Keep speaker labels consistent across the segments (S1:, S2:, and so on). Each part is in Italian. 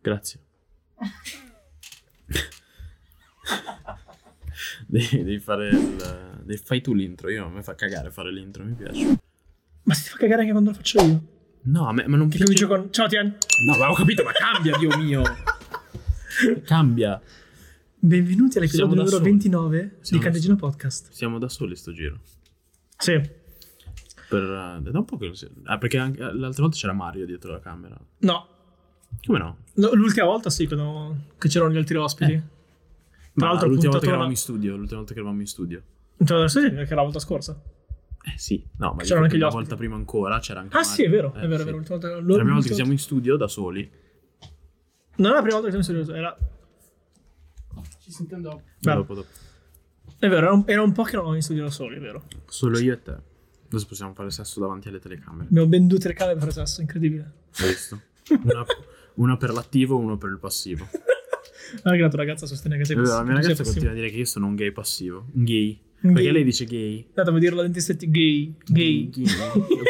S1: Grazie. devi, devi fare il... devi- fai tu l'intro, io a me fa cagare fare l'intro, mi piace.
S2: Ma si fa cagare anche quando lo faccio io.
S1: No, a me ma non
S2: Che
S1: piace...
S2: comincio con. Ciao, Tian.
S1: No, ma ho capito, ma cambia, Dio mio. cambia.
S2: Benvenuti
S1: Siamo da
S2: all'episodio numero
S1: soli.
S2: 29
S1: Siamo
S2: di Candeggino Podcast.
S1: Siamo da soli sto giro.
S2: Sì.
S1: Per, eh, da un po' che non si- Ah, perché anche- l'altra volta c'era Mario dietro la camera.
S2: No.
S1: Come no?
S2: No, L'ultima volta sì, quando... che c'erano gli altri ospiti.
S1: Eh.
S2: Tra
S1: Ma
S2: l'altro,
S1: l'ultima volta che
S2: puntatona-
S1: eravamo in studio, l'ultima volta che eravamo in studio.
S2: Cioè, adesso sì, perché era la volta scorsa.
S1: Eh sì, no, ma dico
S2: C'erano anche
S1: che
S2: gli
S1: la
S2: ospiti.
S1: volta prima ancora c'era anche
S2: Ah,
S1: Mario.
S2: sì, è vero,
S1: Eh,
S2: è
S1: sì.
S2: vero, è vero. L'ultima volta.
S1: La prima volta che siamo in studio da soli.
S2: Non è la prima volta che siamo in studio, era.
S3: Ci sentiamo dopo.
S2: Beh,
S1: Dopo, dopo.
S2: È vero, era un, era un po' che non eravamo in studio da soli, è vero.
S1: Solo io e te. Adesso possiamo fare sesso davanti alle telecamere.
S2: Abbiamo ben due telecamere per sesso, incredibile.
S1: Hai visto? Una, una per l'attivo e uno per il passivo.
S2: Ah, che la tua ragazza sostiene che sei
S1: Allora, la mia
S2: che sei
S1: ragazza continua a dire che io sono un gay passivo. Un gay. Perché
S2: gay.
S1: lei dice gay.
S2: No, devo dirlo a dentistetti gay, gay.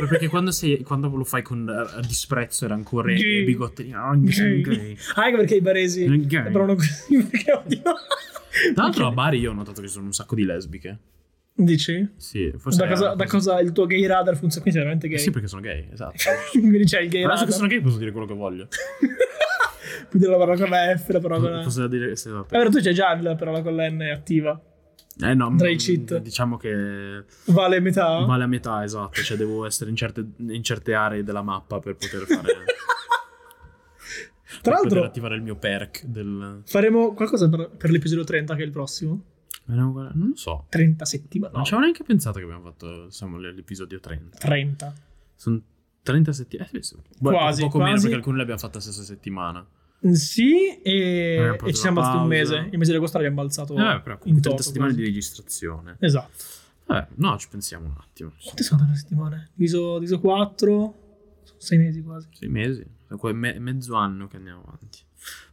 S1: Perché quando, sei- quando lo fai con eh, disprezzo e rancore
S2: Gay.
S1: e bigotteria. "Ah, gay, gay.
S2: Ah, anche perché i baresi
S1: Gay.
S2: sembrano così perché odio.
S1: Tra l'altro a Bari io ho notato che ci sono un sacco di lesbiche.
S2: Dici?
S1: Sì, forse
S2: Da
S1: è
S2: cosa,
S1: una
S2: da
S1: cosa-
S2: cosa il tuo gay radar funziona? Quindi sei veramente
S1: Eh
S2: gay.
S1: Sì, perché sono gay, esatto.
S2: Quindi c'è il gay
S1: Ma adesso
S2: radar.
S1: che sono gay posso dire quello che voglio.
S2: Quindi la parola con la F, la parola con la...
S1: Posso dire... sì,
S2: È
S1: vabbè.
S2: vero, tu c'hai già la parola con la N attiva.
S1: Eh no,
S2: Dry
S1: mm,
S2: cheat.
S1: diciamo che
S2: Vale metà.
S1: vale a metà, esatto. Cioè devo essere in certe, in certe aree della mappa per poter fare... per poter
S2: Tra l'altro,
S1: attivare il mio perk del...
S2: faremo qualcosa per, per l'episodio 30, che è il prossimo.
S1: Eh, no, guarda, Non lo so.
S2: 30 settimane.
S1: Non ci avevo neanche pensato che abbiamo fatto, siamo all'episodio 30.
S2: 30.
S1: Sono 30 settimane. Eh, sì, sì. Beh,
S2: Quasi,
S1: Un poco meno
S2: quasi.
S1: perché alcuni li abbiamo fatti la stessa settimana.
S2: Sì, e,
S1: abbiamo
S2: e
S1: preso
S2: ci siamo
S1: Eh, una
S2: bastati un
S1: pausa.
S2: mese. Il mese di agosto l'abbiamo balzato
S1: Eh, però
S2: Oh, in
S1: 30
S2: toto,
S1: settimane
S2: quasi.
S1: di registrazione.
S2: Esatto.
S1: Eh, no, ci pensiamo un attimo.
S2: Quante sono una settimana? Diviso, diviso 4, 6 mesi quasi.
S1: Sei mesi, Qua è me- mezzo anno che andiamo avanti.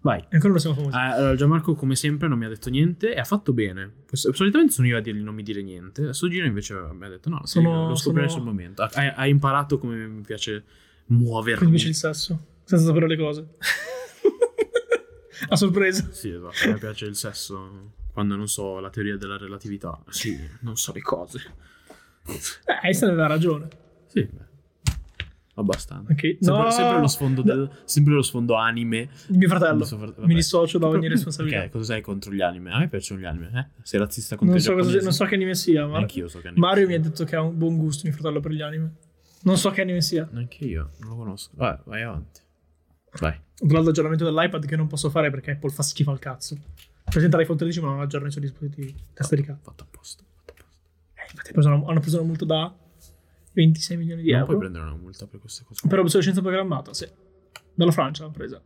S1: Vai.
S2: E ancora non siamo famosi.
S1: Eh, allora, Gianmarco, come sempre, non mi ha detto niente e ha fatto bene. Questo- solitamente sono io a dirgli non mi dire niente. A sto giro invece mi ha detto no, sì,
S2: Sono-
S1: lo scoprirai
S2: sono-
S1: sul momento. Ha, ha- ha imparato come mi piace muovermi.
S2: Quindi invece il sesso, senza sapere le cose. A sorpresa.
S1: Sì, esatto, mi piace il sesso quando non so la teoria della relatività. Sì, non so le cose.
S2: Eh, Einstein aveva ragione.
S1: Sì, beh. abbastanza.
S2: Ok,
S1: Sempre,
S2: no.
S1: sempre lo sfondo del- sempre lo sfondo anime
S2: Mio fratello.
S1: Adesso far- vabbè.
S2: Mi dissocio da ogni
S1: Proprio-
S2: responsabilità.
S1: Ok, cosa sei contro gli anime? A me piacciono gli anime, eh? Sei razzista contro
S2: Non
S1: i
S2: so, cosa,
S1: giapponesi?
S2: non so che anime sia, ma
S1: Anch'io so che anime.
S2: Mario mi ha detto che ha un buon gusto, mio fratello, per gli anime. Non so che anime sia.
S1: Neanche io, non lo conosco. Vai, vai avanti. Vai.
S2: Tra l'altro aggiornamento dell'iPad che non posso fare perché Apple fa schifo al cazzo. Presenta l'iPhone 13 ma non aggiorna i suoi dispositivi. Testa di cazzo.
S1: Fatto apposta. Fatto apposta.
S2: Eh, infatti hanno preso una- hanno preso una multa da 26 milioni di
S1: Non
S2: euro.
S1: puoi prendere una multa per queste cose.
S2: Per obsolescenza programmata, sì. Dalla Francia l'hanno presa.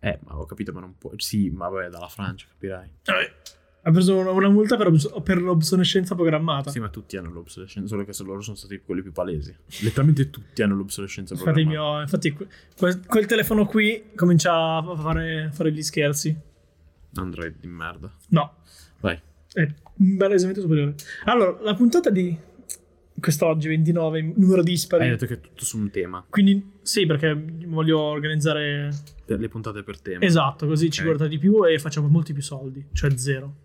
S1: Eh, ma ho capito, ma non puoi. Sì, ma vabbè, dalla Francia, capirai.
S2: Eh, Ha preso una, una multa per, obs- per l'obsolescenza programmata.
S1: Sì, ma tutti hanno l'obsolescenza, solo che se loro sono stati quelli più palesi. Letteralmente tutti hanno l'obsolescenza
S2: infatti, il
S1: programmata.
S2: mio- infatti que- quel, quel telefono qui comincia a fare, fare gli scherzi.
S1: Android di merda.
S2: No,
S1: Vai.
S2: è balesemente superiore. Allora, la puntata di quest'oggi, 29, numero dispari.
S1: Hai detto che è tutto su un tema.
S2: Quindi sì, perché voglio organizzare...
S1: Per- Le puntate per tema.
S2: Esatto, così ci
S1: Ok.
S2: guarda di più e facciamo molti più soldi, cioè zero.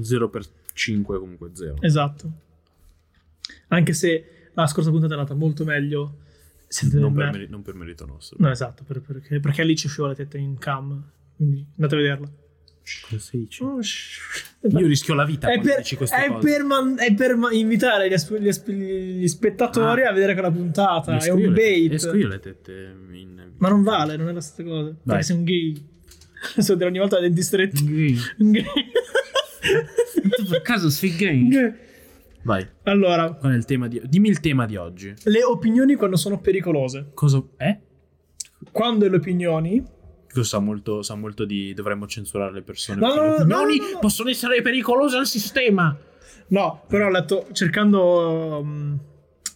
S1: 0 per 5 comunque 0.
S2: Esatto. Anche se la scorsa puntata è andata molto meglio. Siete
S1: non,
S2: me-
S1: per meri- non per merito nostro.
S2: No, esatto, per- perché, perché lì ci usciva la tetta in cam. Quindi andate a vederla.
S1: Cosa dici?
S2: Oh,
S1: Io rischio la vita
S2: è
S1: quando
S2: per,
S1: dici queste
S2: è
S1: cose.
S2: per man- è per ma- invitare gli, asp- gli asp- gli spettatori
S1: Ah.
S2: a vedere quella puntata.
S1: Esco
S2: È un
S1: io le-
S2: bait.
S1: Esco io le tette in...
S2: Ma non vale, non è la stessa cosa. Perché sei un gay. Adesso dire ogni volta la denti stretti. Un gay.
S1: per caso sei
S2: Un
S1: gay?
S2: gay.
S1: Vai,
S2: Allora,
S1: qual è il tema di... Dimmi il tema di oggi.
S2: le opinioni quando sono pericolose.
S1: Cosa... Eh?
S2: Quando le opinioni
S1: Questo sa molto, sa molto di... Dovremmo censurare le persone.
S2: No,
S1: perché
S2: no,
S1: le
S2: no, no,
S1: opinioni
S2: no, no.
S1: possono essere pericolose al sistema.
S2: No, però ho letto cercando um,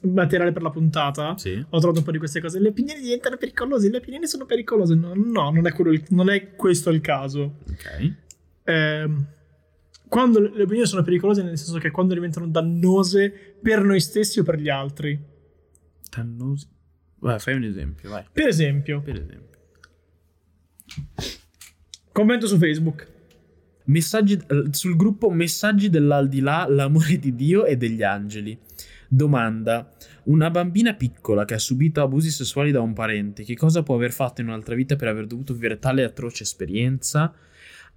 S2: materiale per la puntata.
S1: Sì.
S2: Ho trovato un po' di queste cose. Le opinioni diventano pericolose, le opinioni sono pericolose. No, no, non, è quello il- non è questo il caso.
S1: Ok.
S2: Ehm, quando le le opinioni sono pericolose, nel senso che quando diventano dannose per noi stessi o per gli altri.
S1: Tannosi. Vai, fai un esempio, vai.
S2: Per esempio,
S1: Per esempio.
S2: Commento su Facebook.
S1: Messaggi eh, sul gruppo Messaggi dell'aldilà, l'amore di Dio e degli angeli. Domanda: Una bambina piccola che ha subito abusi sessuali da un parente, che cosa può aver fatto in un'altra vita per aver dovuto vivere tale atroce esperienza?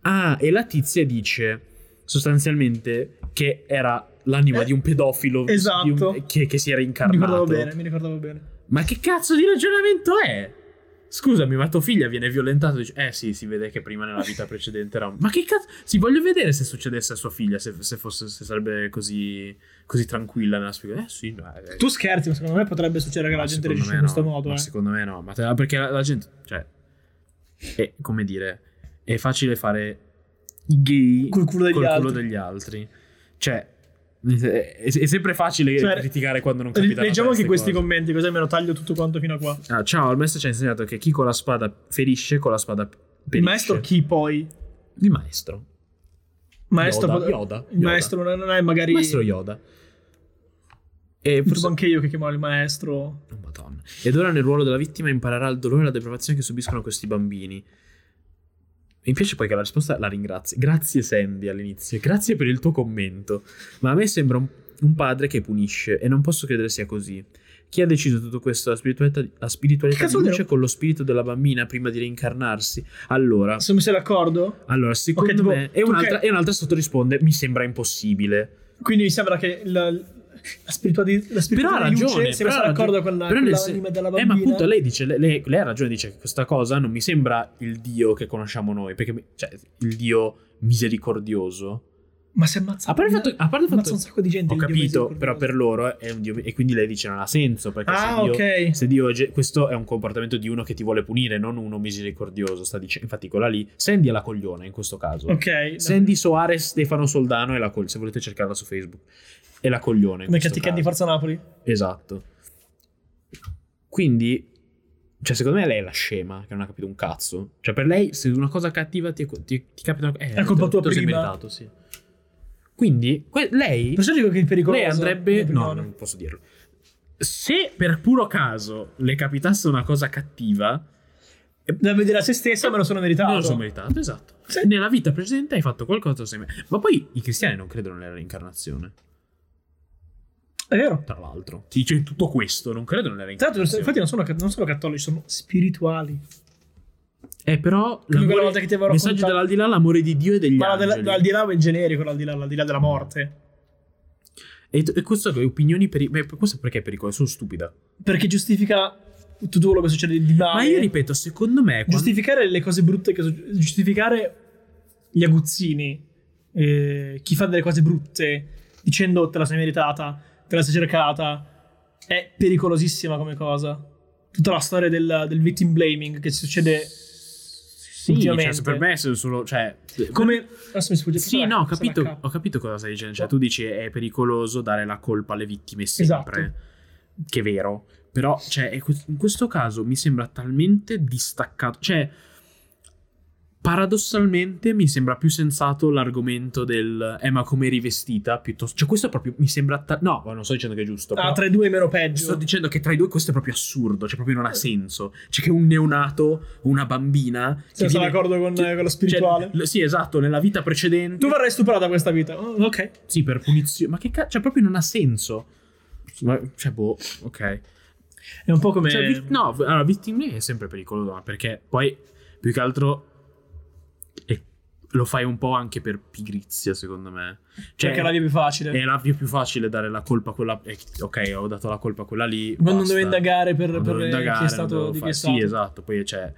S1: Ah, e la tizia dice sostanzialmente che era l'anima
S2: Eh,
S1: di un pedofilo
S2: esatto.
S1: di un- che, che si era
S2: Mi ricordavo
S1: incarnato.
S2: bene, mi ricordavo bene.
S1: Ma che cazzo di ragionamento è? Scusami, ma tua figlia viene violentata e dici, eh sì, si vede che prima nella vita precedente era un... Ma che cazzo... Sì, voglio vedere se succedesse a sua figlia, se, se fosse, se sarebbe così, così tranquilla nella spiegazione. Eh sì, no, eh,
S2: Tu scherzi, ma secondo me potrebbe succedere che
S1: ma
S2: la gente
S1: secondo
S2: reagisce
S1: me
S2: in questo
S1: no,
S2: modo.
S1: ma
S2: eh.
S1: secondo me no, ma te- perché la, la gente... Cioè, è, come dire, è facile fare i gay
S2: Col culo degli
S1: col culo
S2: altri.
S1: degli altri. Cioè, è, è sempre facile
S2: Cioè,
S1: criticare quando non capita la
S2: Leggiamo anche
S1: testa
S2: questi
S1: cose.
S2: commenti, così me lo taglio tutto quanto fino a qua.
S1: Ah, ciao, il maestro ci ha insegnato che chi con la spada ferisce, con la spada perisce.
S2: Il maestro chi poi?
S1: Il maestro.
S2: Maestro
S1: Yoda,
S2: pot-
S1: Yoda,
S2: Il
S1: Yoda.
S2: maestro non è, non è magari...
S1: Il maestro Yoda. E
S2: Tipo
S1: forse...
S2: anche io che chiamavo il maestro.
S1: Oh, Madonna. Ed ora nel ruolo della vittima imparerà il dolore e la deprivazione che subiscono questi bambini. Mi piace poi che la risposta la ringrazi. Grazie Sandy all'inizio, grazie per il tuo commento. Ma a me sembra un, un padre che punisce e non posso credere sia così. Chi ha deciso tutto questo? La spiritualità, la
S2: Che
S1: spiritualità
S2: cazzo vuol
S1: luce
S2: dire?
S1: con lo spirito della bambina prima di reincarnarsi. Allora,
S2: Se mi sei d'accordo?
S1: Allora, secondo
S2: tipo,
S1: me. E
S2: tu
S1: un'altra,
S2: che-
S1: e un'altra sotto risponde: Mi sembra impossibile.
S2: Quindi mi sembra che la, la spiritualità, la
S1: Però ha
S2: spiritualità di
S1: ragione.
S2: luce sia messa
S1: però ha
S2: d'accordo
S1: ragione.
S2: con la,
S1: Però
S2: con
S1: nel
S2: la
S1: sen-
S2: anima della
S1: Eh, ma
S2: bambina.
S1: appunto, lei dice: lei, lei ha ragione, dice che questa cosa non mi sembra il Dio che conosciamo noi. Perché, mi- cioè, il Dio misericordioso.
S2: Ma si ammazza.
S1: A parte Ah, il fatto. A parte il
S2: ammazza
S1: fatto
S2: un sacco di gente.
S1: ho
S2: il Dio
S1: capito,
S2: misericordioso.
S1: però per loro è un Dio. E quindi lei dice: Non ha senso. Perché se
S2: Ah,
S1: Dio.
S2: ok.
S1: Se Dio è ge- questo è un comportamento di uno che ti vuole punire, non uno misericordioso. Sta dicendo, infatti, quella lì, Sandy è la cogliona in questo caso.
S2: Ok.
S1: Sandy Soares, Stefano Soldano è la col- se volete cercarla su Facebook. È la coglione. in
S2: Come
S1: questo
S2: Catti Candy
S1: caso.
S2: Forza Napoli.
S1: Esatto. Quindi, cioè, secondo me lei è la scema che non ha capito un cazzo. Cioè, per lei, se una cosa cattiva ti, ti- ti capita una cosa.
S2: È colpa tua prima.
S1: meritato, sì. Quindi, que- lei.
S2: Perciò dico che è pericoloso.
S1: Lei andrebbe.
S2: Come
S1: No,
S2: prima.
S1: non posso dirlo. Se per puro caso le capitasse una cosa cattiva, eh,
S2: Da vedere a se stessa me lo sono meritato.
S1: non lo sono meritato, esatto.
S2: Sì.
S1: Nella vita precedente hai fatto qualcosa assieme. Ma poi i cristiani non credono nella reincarnazione.
S2: È vero.
S1: Tra l'altro, ti dice tutto questo, non credo nella
S2: Tra l'altro,
S1: reincarnazione.
S2: infatti, non sono, non sono cattolici, sono spirituali.
S1: Eh, però,
S2: quella
S1: l'amore-
S2: volta che ti avevo
S1: messaggio
S2: raccontato-
S1: dell'aldilà, l'amore di Dio e degli
S2: Ma la
S1: angeli.
S2: della- l'aldilà è il generico, l'aldilà, l'aldilà della morte.
S1: E, e questo è opinioni per... Beh, questo perché è pericoloso, sono stupida.
S2: Perché giustifica tutto quello che succede di male.
S1: Ma io ripeto, secondo me... quando-
S2: Giustificare le cose brutte, che su- giustificare gli aguzzini, eh, chi fa delle cose brutte, dicendo te la sei meritata, te la sei cercata, è pericolosissima come cosa. Tutta la storia del, del victim blaming che succede
S1: Sì,
S2: ultimamente.
S1: cioè, per me è solo... Cioè,
S2: come... Adesso mi sfugge
S1: Sì,
S2: sarà-
S1: no, ho
S2: sarà
S1: capito,
S2: capo.
S1: ho capito cosa stai dicendo. Cioè, tu dici è pericoloso dare la colpa alle vittime sempre.
S2: Esatto.
S1: Che è vero. Però, cioè, è que- in questo caso mi sembra talmente distaccato. Cioè, paradossalmente mi sembra più sensato l'argomento del eh, ma come è rivestita piuttosto. Cioè, questo è proprio. Mi sembra. ta- no, ma non sto dicendo che è giusto.
S2: Ah,
S1: però-
S2: tra i due è meno peggio.
S1: Sto dicendo che tra i due questo è proprio assurdo, cioè proprio non ha senso. Cioè che un neonato, una bambina... che
S2: Senza
S1: viene-
S2: l'accordo con- con lo spirituale.
S1: l- sì, esatto, nella vita precedente...
S2: Tu verrai stuprata questa vita. Oh, ok.
S1: Sì, per punizione. Ma che cazzo? Cioè, proprio non ha senso. Ma- Cioè, boh, ok.
S2: È un po' come...
S1: Cioè, vi- no, v- allora, victim blaming è sempre pericoloso, ma perché poi, più che altro, eh, lo fai un po' anche per pigrizia, secondo me. Cioè,
S2: perché la via è più facile.
S1: è la via più facile dare la colpa a quella... eh, ok, ho dato la colpa a quella lì.
S2: Ma non
S1: basta.
S2: deve indagare per,
S1: Non
S2: per
S1: dovevo indagare,
S2: chi è
S1: non
S2: stato
S1: dovevo
S2: di chi
S1: fare-
S2: è
S1: Sì,
S2: stato.
S1: esatto, poi c'è...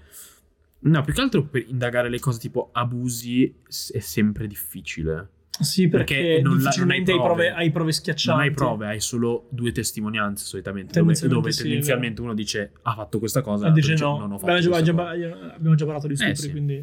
S1: No, più che altro per indagare le cose tipo abusi s- è sempre difficile.
S2: Sì, perché,
S1: Perché non la-
S2: difficilmente
S1: non
S2: hai
S1: hai
S2: prove,
S1: prove.
S2: hai prove schiaccianti.
S1: Non hai prove, hai solo due testimonianze solitamente, dove,
S2: Tendenzialmente
S1: dove
S2: sì,
S1: tendenzialmente uno dice ha fatto questa cosa,
S2: A
S1: l'altro
S2: dire no,
S1: esatto, cioè, non ho fatto
S2: Beh, già-
S1: questa
S2: già-
S1: cosa.
S2: abbiamo già parlato di stupri,
S1: Eh, sì.
S2: quindi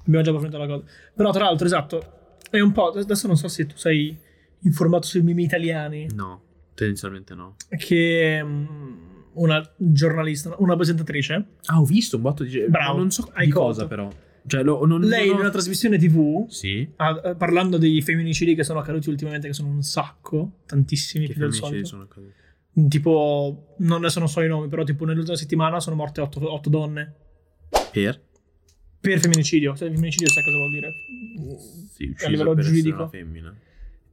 S2: abbiamo già approfondito la cosa. Però, tra l'altro, esatto, è un po'. Adesso non so se tu sei informato sui mimi italiani,
S1: No, tendenzialmente no.
S2: che mm, una giornalista, una presentatrice,
S1: Ah, ho visto un botto di...
S2: Bravo,
S1: ma non so
S2: hai
S1: di cosa
S2: colto.
S1: però. Cioè, lo- non,
S2: lei
S1: non
S2: in
S1: ho-
S2: una trasmissione TV,
S1: Sì?
S2: ah, eh, parlando dei femminicidi che sono accaduti ultimamente, che sono un sacco, tantissimi
S1: Che
S2: più del
S1: femminicidi
S2: solito.
S1: sono accaduti?
S2: Tipo, non, adesso non so i nomi, però tipo nell'ultima settimana sono morte 8 donne.
S1: Per?
S2: per femminicidio. Cioè, femminicidio sai cosa vuol dire?
S1: Sì, ucciso
S2: livello
S1: per essere
S2: giuridico.
S1: una femmina.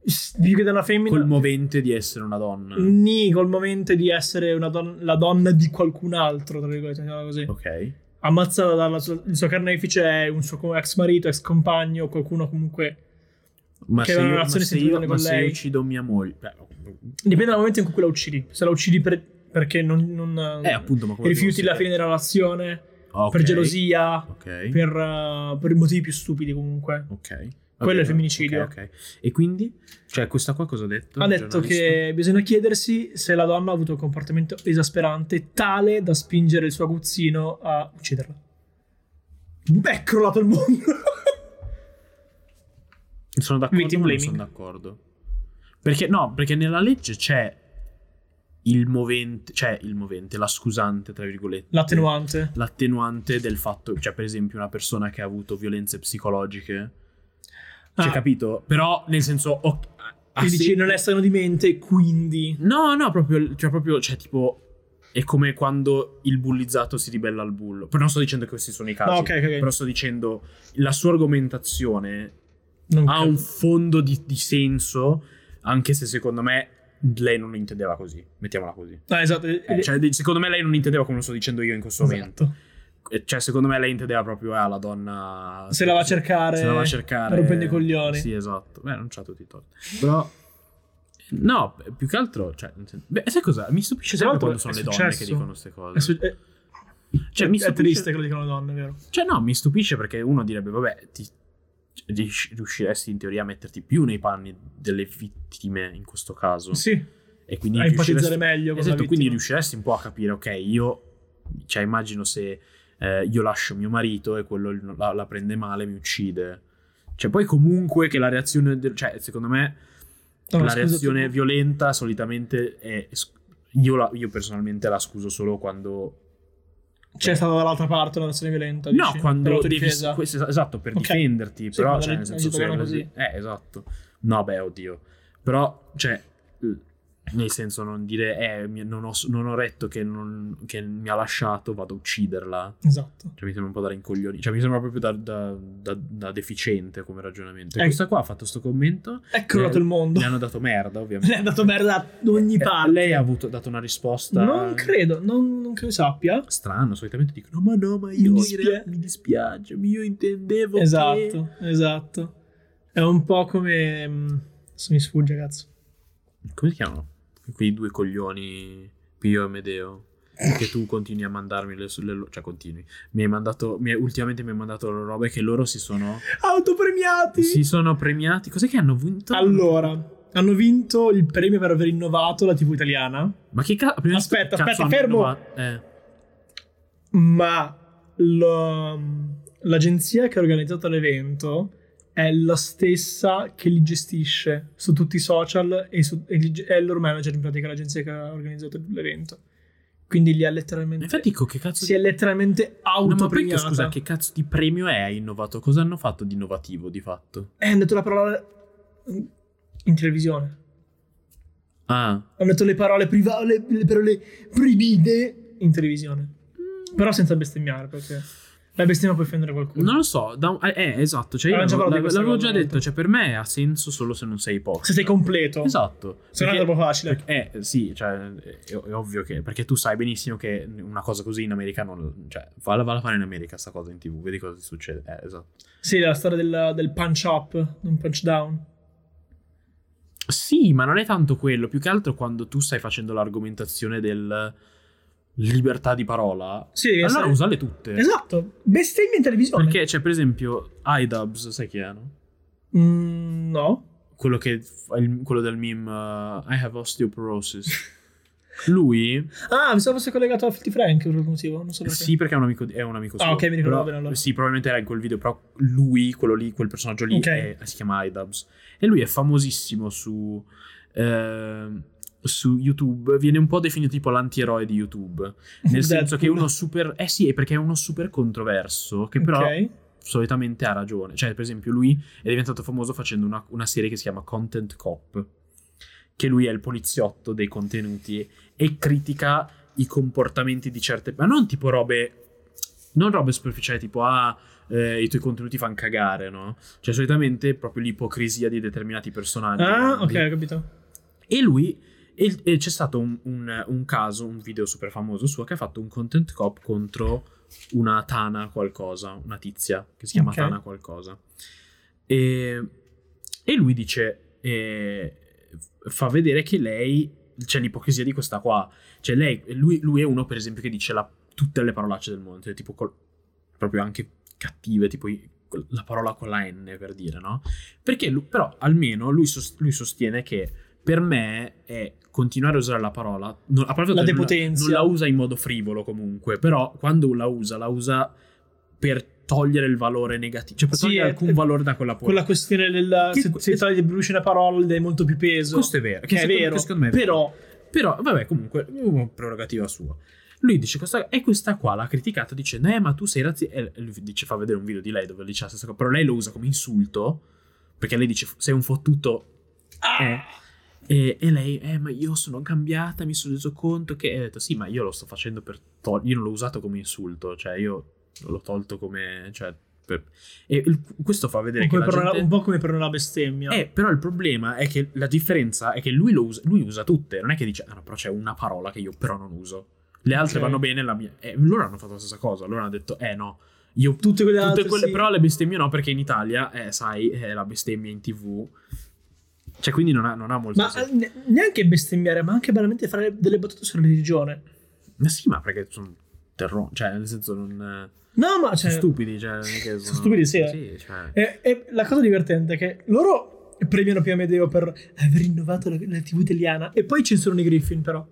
S2: S- Dico che da una femmina...
S1: Col movente di essere una donna.
S2: Ni, col momento di essere una don- la donna di qualcun altro, tra virgolette, diciamo così.
S1: Ok.
S2: ammazzata dalla sua, il suo carnefice è un suo co- ex marito, ex compagno, qualcuno comunque.
S1: Ma
S2: Che
S1: se
S2: aveva
S1: io,
S2: una
S1: ma
S2: relazione
S1: se io,
S2: sentimentale
S1: ma
S2: con
S1: se io
S2: lei.
S1: uccido mia moglie... Beh,
S2: Dipende dal momento in cui la uccidi. Se la uccidi per- perché non, non-
S1: eh, appunto, ma come
S2: rifiuti
S1: devo
S2: la
S1: sapere?
S2: fine della relazione,
S1: Ok,
S2: per gelosia,
S1: Ok.
S2: per, eh, per motivi più stupidi comunque.
S1: Ok.
S2: Quello è
S1: Vabbè,
S2: il femminicidio.
S1: Ok, ok. E quindi? Cioè, questa qua cosa ha detto?
S2: Ha
S1: il
S2: detto
S1: giornalista?
S2: che bisogna chiedersi se la donna ha avuto un comportamento esasperante tale da spingere il suo aguzzino a ucciderla. Beh, è crollato il mondo.
S1: Sono d'accordo,
S2: Victim
S1: ma non
S2: blaming.
S1: sono d'accordo. Perché no, perché nella legge c'è il movente, cioè il movente, la scusante, tra virgolette.
S2: L'attenuante.
S1: L'attenuante del fatto, cioè per esempio una persona che ha avuto violenze psicologiche. Cioè,
S2: Ah.
S1: capito? Però nel senso... ok, ah,
S2: Quindi
S1: sì.
S2: dici, non è strano di mente, quindi...
S1: No, no, proprio, cioè proprio, cioè tipo... È come quando il bullizzato si ribella al bullo. Però non sto dicendo che questi sono i casi.
S2: No, ok, ok, ok.
S1: Però sto dicendo la sua argomentazione
S2: Non
S1: ha
S2: credo.
S1: un fondo di, di senso, anche se secondo me lei non lo intendeva così, mettiamola così.
S2: Ah, esatto.
S1: Eh, cioè, di- secondo me lei non intendeva come lo sto dicendo io in questo momento.
S2: Esatto.
S1: Eh, Cioè, secondo me lei intendeva proprio ah, la donna.
S2: Se la va a cercare.
S1: Se la va a cercare.
S2: Rompendo i coglioni.
S1: Sì, esatto. Beh, non c'ha tutti i torti. Però. No, più che altro. Cioè, nel senso- beh, sai cosa? Mi stupisce
S2: Tra
S1: sempre
S2: l'altro
S1: quando sono
S2: è
S1: le donne
S2: successo.
S1: che dicono queste
S2: È,
S1: cose.
S2: su- è-
S1: Cioè,
S2: è-
S1: mi
S2: è
S1: stupisce-
S2: triste che lo dicano le donne, vero?
S1: Cioè, no, mi stupisce perché uno direbbe, vabbè, ti, cioè, rius- riusciresti in teoria a metterti più nei panni delle vittime in questo caso.
S2: Sì,
S1: E quindi
S2: a empatizzare
S1: riusciresti,
S2: meglio con
S1: esatto,
S2: la
S1: quindi
S2: vittima.
S1: riusciresti un po' a capire, ok, io, cioè, immagino se eh, io lascio mio marito e quello la, la prende male, mi uccide. Cioè, poi comunque che la reazione, del- cioè, secondo me,
S2: No,
S1: la
S2: scusa,
S1: reazione
S2: tu-
S1: violenta solitamente è... Io, la- io personalmente la scuso solo quando
S2: C'è stata dall'altra parte una reazione violenta,
S1: No,
S2: dici? Per
S1: quando devi,
S2: autodifesa.
S1: questo es- esatto, per
S2: Ok.
S1: difenderti,
S2: Sì,
S1: però
S2: quando
S1: cioè,
S2: le-
S1: nel
S2: le
S1: senso se
S2: giocano
S1: così.
S2: così.
S1: Eh, esatto. No, beh, oddio. Però cioè l- nel senso non dire eh mi- non ho, non ho retto che, non- che mi ha lasciato, vado a ucciderla.
S2: Esatto.
S1: Cioè mi sembra un po' da rincoglioni, cioè mi sembra proprio da, da- da- da deficiente come ragionamento. E
S2: Eh.
S1: questa qua ha fatto sto commento,
S2: È crollato
S1: Eh,
S2: il mondo.
S1: le hanno dato merda, ovviamente.
S2: Le ha dato merda ad ogni
S1: Eh,
S2: parte.
S1: Lei ha avuto, dato una risposta
S2: Non credo, non, non credo sappia.
S1: strano, solitamente dicono "Ma no, ma io
S2: Mi
S1: mi,
S2: dispia-
S1: mi dispiace, io intendevo che-"
S2: Esatto, esatto. È un po' come... mh, Adesso mi sfugge, cazzo.
S1: Come si chiamano? Quei due coglioni Pio e Medeo. Che tu continui a mandarmi le, le lo- cioè continui. Mi hai mandato. mi hai- ultimamente mi hai mandato le robe che loro si sono.
S2: Autopremiati!
S1: Si sono premiati. Cos'è che hanno vinto?
S2: Allora, hanno vinto il premio per aver innovato la TV italiana,
S1: Ma che ca- prima di tutto,
S2: Aspetta,
S1: che cazzo?
S2: aspetta, fermo!
S1: hanno innova- eh,
S2: ma lo- l'agenzia che ha organizzato l'evento è la stessa che li gestisce su tutti i social e, su- e li- è il loro manager in pratica l'agenzia che ha organizzato l'evento. Quindi li ha letteralmente...
S1: infatti, dico, che cazzo.
S2: si è letteralmente
S1: no, ma poi che-
S2: autopremiata.
S1: scusa, che cazzo di premio è? Hai innovato? Cosa hanno fatto di innovativo di fatto?
S2: Eh, hanno detto la parola in televisione.
S1: Ah,
S2: Hanno detto le parole private, le, le parole proibite in televisione. Però senza bestemmiare, perché la bestemmia può offendere qualcuno.
S1: non lo so. da un- eh, esatto. Cioè, io
S2: Avevamo già
S1: l'avevo,
S2: parlato di questa
S1: l'avevo
S2: cosa
S1: già
S2: una volta.
S1: detto. Cioè, per me ha senso solo se non sei ipocrita.
S2: Se sei completo.
S1: Esatto.
S2: Se no è
S1: Perché-
S2: troppo facile.
S1: Eh sì, cioè, è, è ovvio che perché tu sai benissimo che una cosa così in America non. Cioè, valla, valla a fare in America sta cosa in tv, vedi cosa ti succede. Eh, esatto.
S2: Sì, la storia del, del punch up, non punch down.
S1: Sì, ma non è tanto quello, più che altro quando tu stai facendo l'argomentazione del libertà di parola,
S2: Sì, devi
S1: allora
S2: essere-
S1: usale tutte.
S2: Esatto, bestemmia in televisione.
S1: Perché c'è per esempio iDubbbz, sai chi è, no?
S2: Mm, no.
S1: Quello, che fa il- quello del meme uh, I have osteoporosis. Lui
S2: Ah, mi fosse collegato a Filthy Frank per qualche motivo, non so perché.
S1: Eh Sì, perché è un amico, è un amico
S2: Ah,
S1: suo.
S2: ok, mi ricordavo
S1: Però-
S2: bene allora.
S1: Sì, probabilmente era in quel video, però lui, quello lì, quel personaggio lì,
S2: Ok.
S1: è- si chiama iDubbbz. E lui è famosissimo su, ehm, su YouTube. Viene un po' definito tipo l'antieroe di YouTube. Nel senso che è uno super... Eh sì, è perché è uno super controverso, che però
S2: Ok.
S1: solitamente ha ragione. Cioè, per esempio, lui è diventato famoso facendo una, una serie che si chiama Content Cop, che lui è il poliziotto dei contenuti e critica i comportamenti di certe... Ma non tipo robe... non robe superficiali tipo ah eh, i tuoi contenuti fanno cagare, no? Cioè solitamente proprio l'ipocrisia di determinati personaggi.
S2: Ah, ok,
S1: grandi.
S2: ho capito.
S1: E lui, e, e c'è stato un, un- un caso, un video super famoso suo che ha fatto un content cop contro una Tana qualcosa, una tizia che si chiama
S2: Ok.
S1: Tana qualcosa. E, e lui dice, eh, fa vedere che lei, c'è l'ipocrisia di questa qua, cioè lei, lui, lui è uno per esempio che dice la- tutte le parolacce del mondo, cioè, tipo col- proprio anche cattive, tipo i- col- la parola con la N per dire, no? Perché lu- però almeno lui, sos- lui sostiene che per me è continuare a usare la parola, non, a parte
S2: La
S1: che non
S2: depotenzia.
S1: non la usa in modo frivolo comunque, però quando la usa, la usa per togliere il valore negativo, cioè per
S2: Sì,
S1: togliere
S2: è-
S1: alcun
S2: è-
S1: valore da quella
S2: Quella
S1: parola.
S2: questione del
S1: Che-
S2: se, se togli bruci una parola, gli dai molto più peso.
S1: Questo è vero,
S2: che è
S1: secondo-
S2: vero,
S1: che secondo me è vero.
S2: però
S1: Però, vabbè, comunque, una prerogativa sua. Lui dice questa, e questa qua l'ha criticata dicendo, eh, ma tu sei razzista. E lui dice, fa vedere un video di lei dove dice la stessa cosa, però lei lo usa come insulto, perché lei dice, sei un fottuto.
S2: ah,
S1: eh. E, e lei, eh, ma io sono cambiata, mi sono reso conto che... E ho detto, sì, ma io lo sto facendo per togliere, io non l'ho usato come insulto, cioè io l'ho tolto come... Cioè, per- E il- questo fa vedere
S2: come
S1: che la
S2: per una-
S1: gente-
S2: un po' come per una bestemmia.
S1: eh, però il problema è che la differenza è che lui, lo usa, lui usa tutte, non è che dice, ah no, però c'è una parola che io però non uso. Le altre
S2: Ok.
S1: vanno bene, la mia... eh, loro hanno fatto la stessa cosa, loro hanno detto, eh no, io tutte
S2: Tutte quelle altre
S1: quelle,
S2: sì.
S1: però le bestemmie no, perché in Italia, eh, sai, eh, la bestemmia in tv, cioè quindi non ha, non ha molto
S2: Ma
S1: senso.
S2: eh, ne- neanche bestemmiare, ma anche veramente fare delle battute sulla religione.
S1: Ma sì, ma perché sono terroni, cioè nel senso non... eh,
S2: No, ma cioè,
S1: sono stupidi, cioè... non è che
S2: sono stupidi, sì, eh.
S1: Sì, cioè...
S2: E, e la cosa divertente è che loro premiano più Amedeo per aver innovato la, la TV italiana e poi censurano i Griffin però.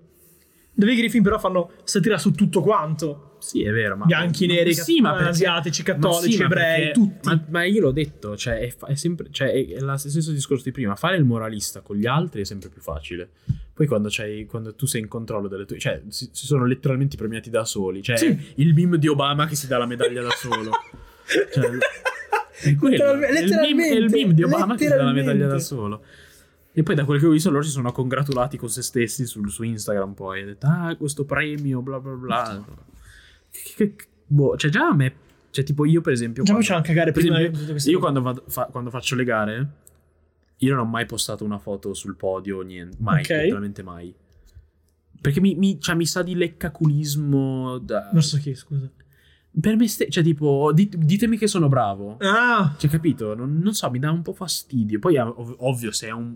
S2: Dove i Griffin però fanno satira su tutto quanto.
S1: Sì, è vero, ma...
S2: Bianchi,
S1: ma-
S2: neri,
S1: sì, ma perché-
S2: asiatici,
S1: Ma
S2: cattolici,
S1: sì, ma
S2: ebrei,
S1: perché-
S2: tutti.
S1: Ma, ma io l'ho detto, cioè, è, fa- è sempre, cioè, è- è lo stesso discorso di prima. Fare il moralista con gli altri è sempre più facile. Poi quando, c'hai, quando tu sei in controllo delle tue... Cioè, si, si sono letteralmente premiati da soli. Cioè,
S2: Sì.
S1: il meme di Obama che si dà la medaglia da solo. Cioè, è quello.
S2: Letteral-
S1: È il meme- è il meme di Obama che si dà la medaglia da solo. E poi da quel che ho visto loro si sono congratulati con se stessi sul su Instagram poi. Ha detto, ah, questo premio, bla bla bla. Che- che- boh, cioè già a me... Cioè tipo io per esempio...
S2: Già
S1: quando-
S2: facciamo cagare
S1: per
S2: prima
S1: esempio,
S2: di tutte queste
S1: io
S2: cose.
S1: quando, vado- fa- quando faccio le gare, io non ho mai postato una foto sul podio, niente, mai,
S2: Ok.
S1: letteralmente mai. Perché mi, mi- cioè, mi sa di leccaculismo. Da...
S2: Non so chi, scusa.
S1: Per me stesso, cioè, tipo, dit- ditemi che sono bravo.
S2: Ah!
S1: Cioè, capito? Non, non so, mi dà un po' fastidio. Poi, ov- ovvio, se è un.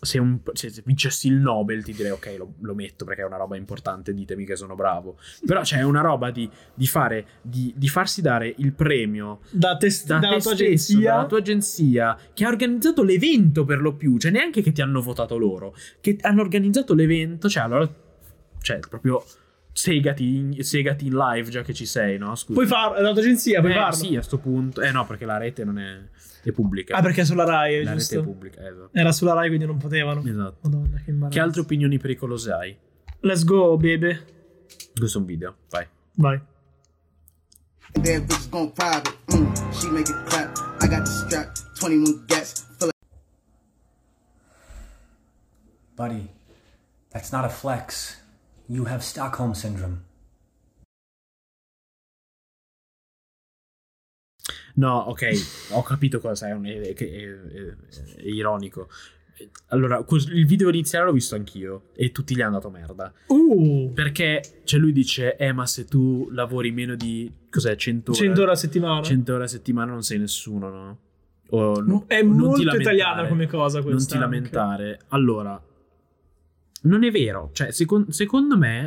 S1: Se, è un- se- se vincessi il Nobel ti direi ok lo, lo metto perché è una roba importante ditemi che sono bravo però c'è una roba di, di fare di- di farsi dare il premio
S2: Da te, st-
S1: da
S2: dalla
S1: te
S2: tua
S1: stesso,
S2: agenzia.
S1: dalla tua agenzia, che ha organizzato l'evento per lo più, cioè neanche che ti hanno votato loro, che hanno organizzato l'evento, cioè allora, cioè proprio segati in, segati in live già che ci sei, no? Scusa.
S2: Puoi farlo, dalla tua agenzia, puoi
S1: eh,
S2: farlo.
S1: Sì, a sto punto. Eh no, perché la rete non è, è pubblica.
S2: Ah, perché è sulla Rai,
S1: la rete è
S2: giusto?
S1: pubblica, eh, esatto.
S2: Era sulla Rai, quindi non potevano.
S1: Esatto.
S2: Madonna, che imbarazzo.
S1: Che altre opinioni pericolose hai?
S2: Let's go, baby.
S1: Questo è un video, vai.
S2: Vai.
S4: Damn bitch gon' private. Mm, she make it clap. I got the strap. 21 gats. Feel
S5: Buddy, that's not a flex. You have Stockholm Syndrome.
S1: No, ok, ho capito cosa è, un- è- è- è- è ironico. Allora, cos- il video iniziale l'ho visto anch'io e tutti gli hanno dato merda.
S2: Uh!
S1: Perché cioè lui dice, eh ma se tu lavori meno di, cos'è, 100 ore,
S2: 100 ore a settimana.
S1: 100 ore a settimana non sei nessuno, no? O no-
S2: È
S1: o non ti
S2: molto
S1: lamentare.
S2: italiana come cosa
S1: Non
S2: questa.
S1: ti lamentare. Allora, non è vero. Cioè, secon- secondo me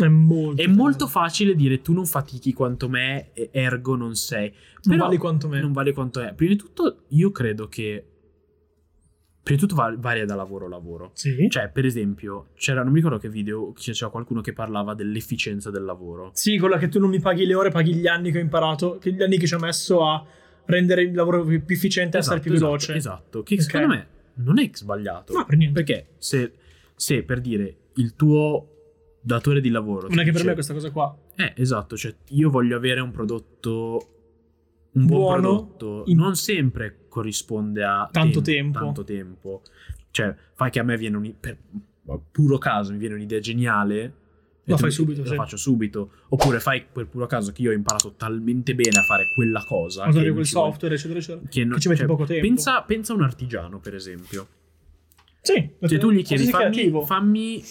S2: anche. È molto.
S1: è molto facile dire tu non fatichi quanto me, e ergo non sei.
S2: Non
S1: Però-
S2: vale quanto me.
S1: non vale quanto è. Prima di tutto, io credo che. Prima di tutto, va- varia da lavoro a lavoro.
S2: Sì.
S1: Cioè, per esempio, c'era, non mi ricordo che video, c- c'era qualcuno che parlava dell'efficienza del lavoro.
S2: Sì, quella che tu non mi paghi le ore, paghi gli anni che ho imparato, che gli anni che ci ho messo a rendere il lavoro più più efficiente e a stare più
S1: esatto,
S2: veloce.
S1: Esatto, che
S2: Ok.
S1: secondo me non è sbagliato.
S2: No, per niente.
S1: Perché se, se, per dire il tuo datore di lavoro.
S2: Non è
S1: ti
S2: che per
S1: dice-
S2: me questa cosa qua.
S1: Eh, esatto, cioè io voglio avere un prodotto un buon
S2: Buono,
S1: prodotto
S2: in-
S1: non sempre corrisponde a
S2: Tanto
S1: tem-
S2: tempo.
S1: tanto tempo. Cioè, fai che a me viene un per puro caso mi viene un'idea geniale E
S2: Lo
S1: tu
S2: fai
S1: dici,
S2: subito,
S1: Lo
S2: sì.
S1: faccio subito. Oppure fai per puro caso che io ho imparato talmente bene a fare quella cosa. che
S2: usare
S1: non
S2: quel
S1: ci vuole-
S2: software, eccetera, eccetera. Che,
S1: Che, non-
S2: ci metti
S1: cioè,
S2: poco tempo.
S1: Pensa, pensa a un artigiano, per esempio.
S2: sì,
S1: Se cioè, tu gli chiedi
S2: qualsiasi
S1: fammi,
S2: creativo.
S1: fammi,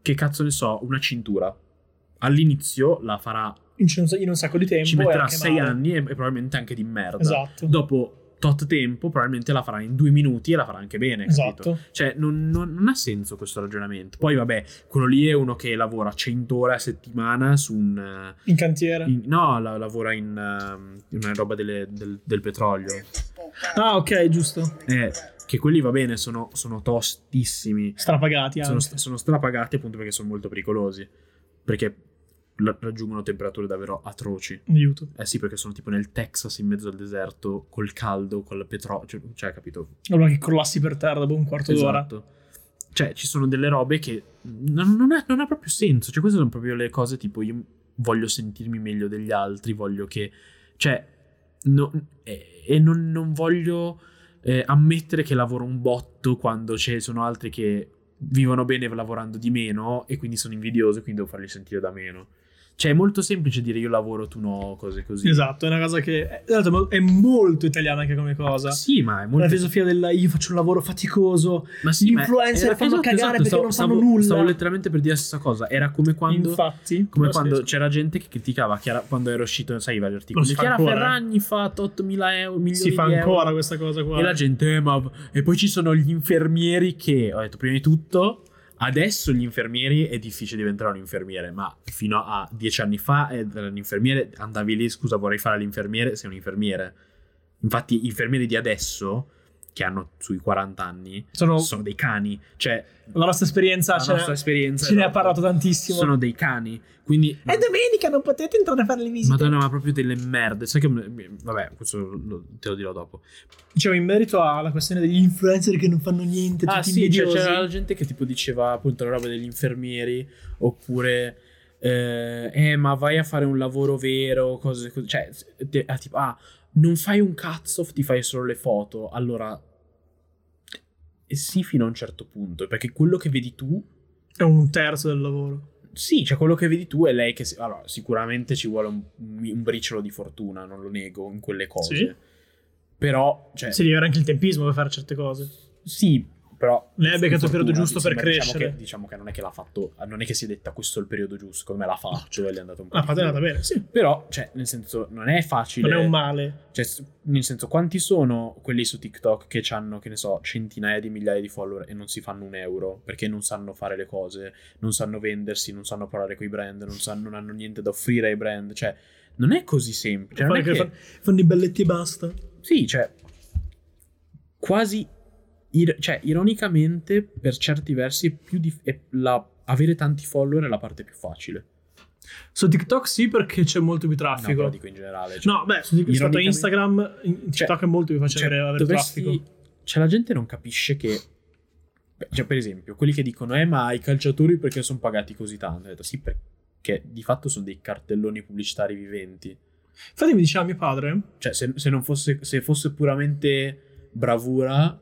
S1: che cazzo ne so, una cintura. All'inizio la farà,
S2: in, un- in un sacco di tempo.
S1: ci
S2: e
S1: metterà
S2: anche
S1: sei
S2: male.
S1: anni e, e probabilmente anche di merda.
S2: Esatto.
S1: Dopo tot tempo probabilmente la farà in due minuti e la farà anche bene, capito?
S2: Esatto.
S1: Cioè, non, non- non ha senso questo ragionamento. Poi, vabbè, quello lì è uno che lavora 100 ore a settimana su un. eh,
S2: In cantiere.
S1: in- no, la- lavora in, ehm, in una roba delle- del, del petrolio.
S2: Ah, ok, giusto.
S1: Eh, che quelli, va bene, sono, sono tostissimi.
S2: Strapagati
S1: Sono,
S2: anche.
S1: st- sono strapagati appunto perché sono molto pericolosi. Perché la- raggiungono temperature davvero atroci.
S2: Aiuto.
S1: Eh sì, perché sono tipo nel Texas in mezzo al deserto, col caldo, col petrolio. Cioè, cioè, capito?
S2: Allora che crollassi per terra dopo un quarto d'ora.
S1: Esatto. Cioè, ci sono delle robe che non, non ha, non ha proprio senso. Cioè, queste sono proprio le cose tipo io voglio sentirmi meglio degli altri, voglio che... Cioè, no- e, e non, non voglio eh, ammettere che lavoro un botto quando ci sono altri che vivono bene lavorando di meno e quindi sono invidioso e quindi devo farli sentire da meno. Cioè, è molto semplice dire io lavoro, tu no, cose così.
S2: Esatto, è una cosa che eh, tra l'altro è molto italiana anche come cosa.
S1: Ah, Sì, ma è
S2: La
S1: molto
S2: filosofia del io faccio un lavoro faticoso.
S1: Ma sì,
S2: Gli
S1: ma
S2: influencer
S1: era- esatto,
S2: fanno cagare perché
S1: stavo-
S2: non fanno
S1: stavo-
S2: nulla.
S1: Stavo letteralmente per dire la stessa cosa. Era come quando,
S2: Infatti,
S1: come
S2: lo
S1: quando
S2: stesso.
S1: c'era gente che criticava Chiara, quando era uscito, sai, i vari articoli.
S2: si fa
S1: Chiara
S2: ancora, eh."
S1: Ferragni fa 8.000 euro, milioni
S2: si fa
S1: di euro.
S2: ancora questa cosa qua.
S1: E la gente, eh, ma... E poi ci sono gli infermieri che, ho detto, prima di tutto... Adesso gli infermieri è difficile diventare un infermiere, ma fino a dieci anni fa eh, era un infermiere, andavi lì, scusa vorrei fare l'infermiere, sei un infermiere. Infatti gli infermieri di adesso, che hanno sui 40 anni,
S2: Sono-
S1: sono dei cani. Cioè,
S2: la nostra esperienza
S1: la
S2: ce ne-
S1: nostra esperienza
S2: ce ne ha
S1: esatto.
S2: parlato tantissimo.
S1: sono dei cani quindi
S2: È domenica, non potete entrare a fare le visite.
S1: Madonna, ma proprio delle merde. Sai che. Vabbè, questo lo- te lo dirò dopo.
S2: Diciamo, in merito alla questione degli influencer che non fanno niente, tutti
S1: Ah, sì, cioè,
S2: invidiosi.
S1: c'era la gente che tipo diceva appunto la roba degli infermieri oppure eh, eh, ma vai a fare un lavoro vero, cose così. Cioè, te- ah, tipo, ah, non fai un cazzo, ti fai solo le foto. Allora, eh, sì, fino a un certo punto, perché quello che vedi tu
S2: È un terzo del lavoro.
S1: Sì, cioè quello che vedi tu è lei che... si- Allora, sicuramente ci vuole un, un briciolo di fortuna, non lo nego, in quelle cose.
S2: Sì.
S1: Però, cioè...
S2: Si
S1: Sì,
S2: deve avere anche il tempismo per fare certe cose.
S1: però...
S2: Lei ha beccato il periodo
S1: fortuna,
S2: giusto per
S1: diciamo- diciamo
S2: crescere.
S1: Che, diciamo che non è che l'ha fatto... Non è che si è detta questo è il periodo giusto, secondo me l'ha fatto e gli è andato un po'...
S2: La
S1: di
S2: Ah, certo. fate è
S1: culo.
S2: andata bene, sì.
S1: Però, cioè, nel senso, non è facile...
S2: Non è un male.
S1: Cioè, s- nel senso, quanti sono quelli su TikTok che hanno, che ne so, centinaia di migliaia di follower e non si fanno un euro perché non sanno fare le cose, non sanno vendersi, non sanno parlare con i brand, non, sanno, non hanno niente da offrire ai brand. Cioè, non è così semplice. Non
S2: Cioè, Fare
S1: è
S2: che
S1: che-
S2: fan- fanno i balletti e basta.
S1: Sì, cioè, quasi, ir- cioè, ironicamente, per certi versi, è più dif- è la- avere tanti follower è la parte più facile.
S2: Su TikTok sì, perché c'è molto più
S1: No, però
S2: traffico.
S1: dico in generale. cioè-
S2: Ah, No, beh, su TikTok rispetto a
S1: Ironicamente-
S2: Instagram, in- in
S1: Cioè,
S2: TikTok è molto più facile
S1: Cioè,
S2: avere, avere
S1: dovresti-
S2: traffico.
S1: Cioè, la gente non capisce che. Beh, Cioè, per esempio, quelli che dicono: Eh, ma i calciatori perché sono pagati così tanto? Ho detto, sì, perché di fatto sono dei cartelloni pubblicitari viventi.
S2: Infatti mi diceva mio padre,
S1: Cioè, se, se non fosse, se fosse puramente bravura.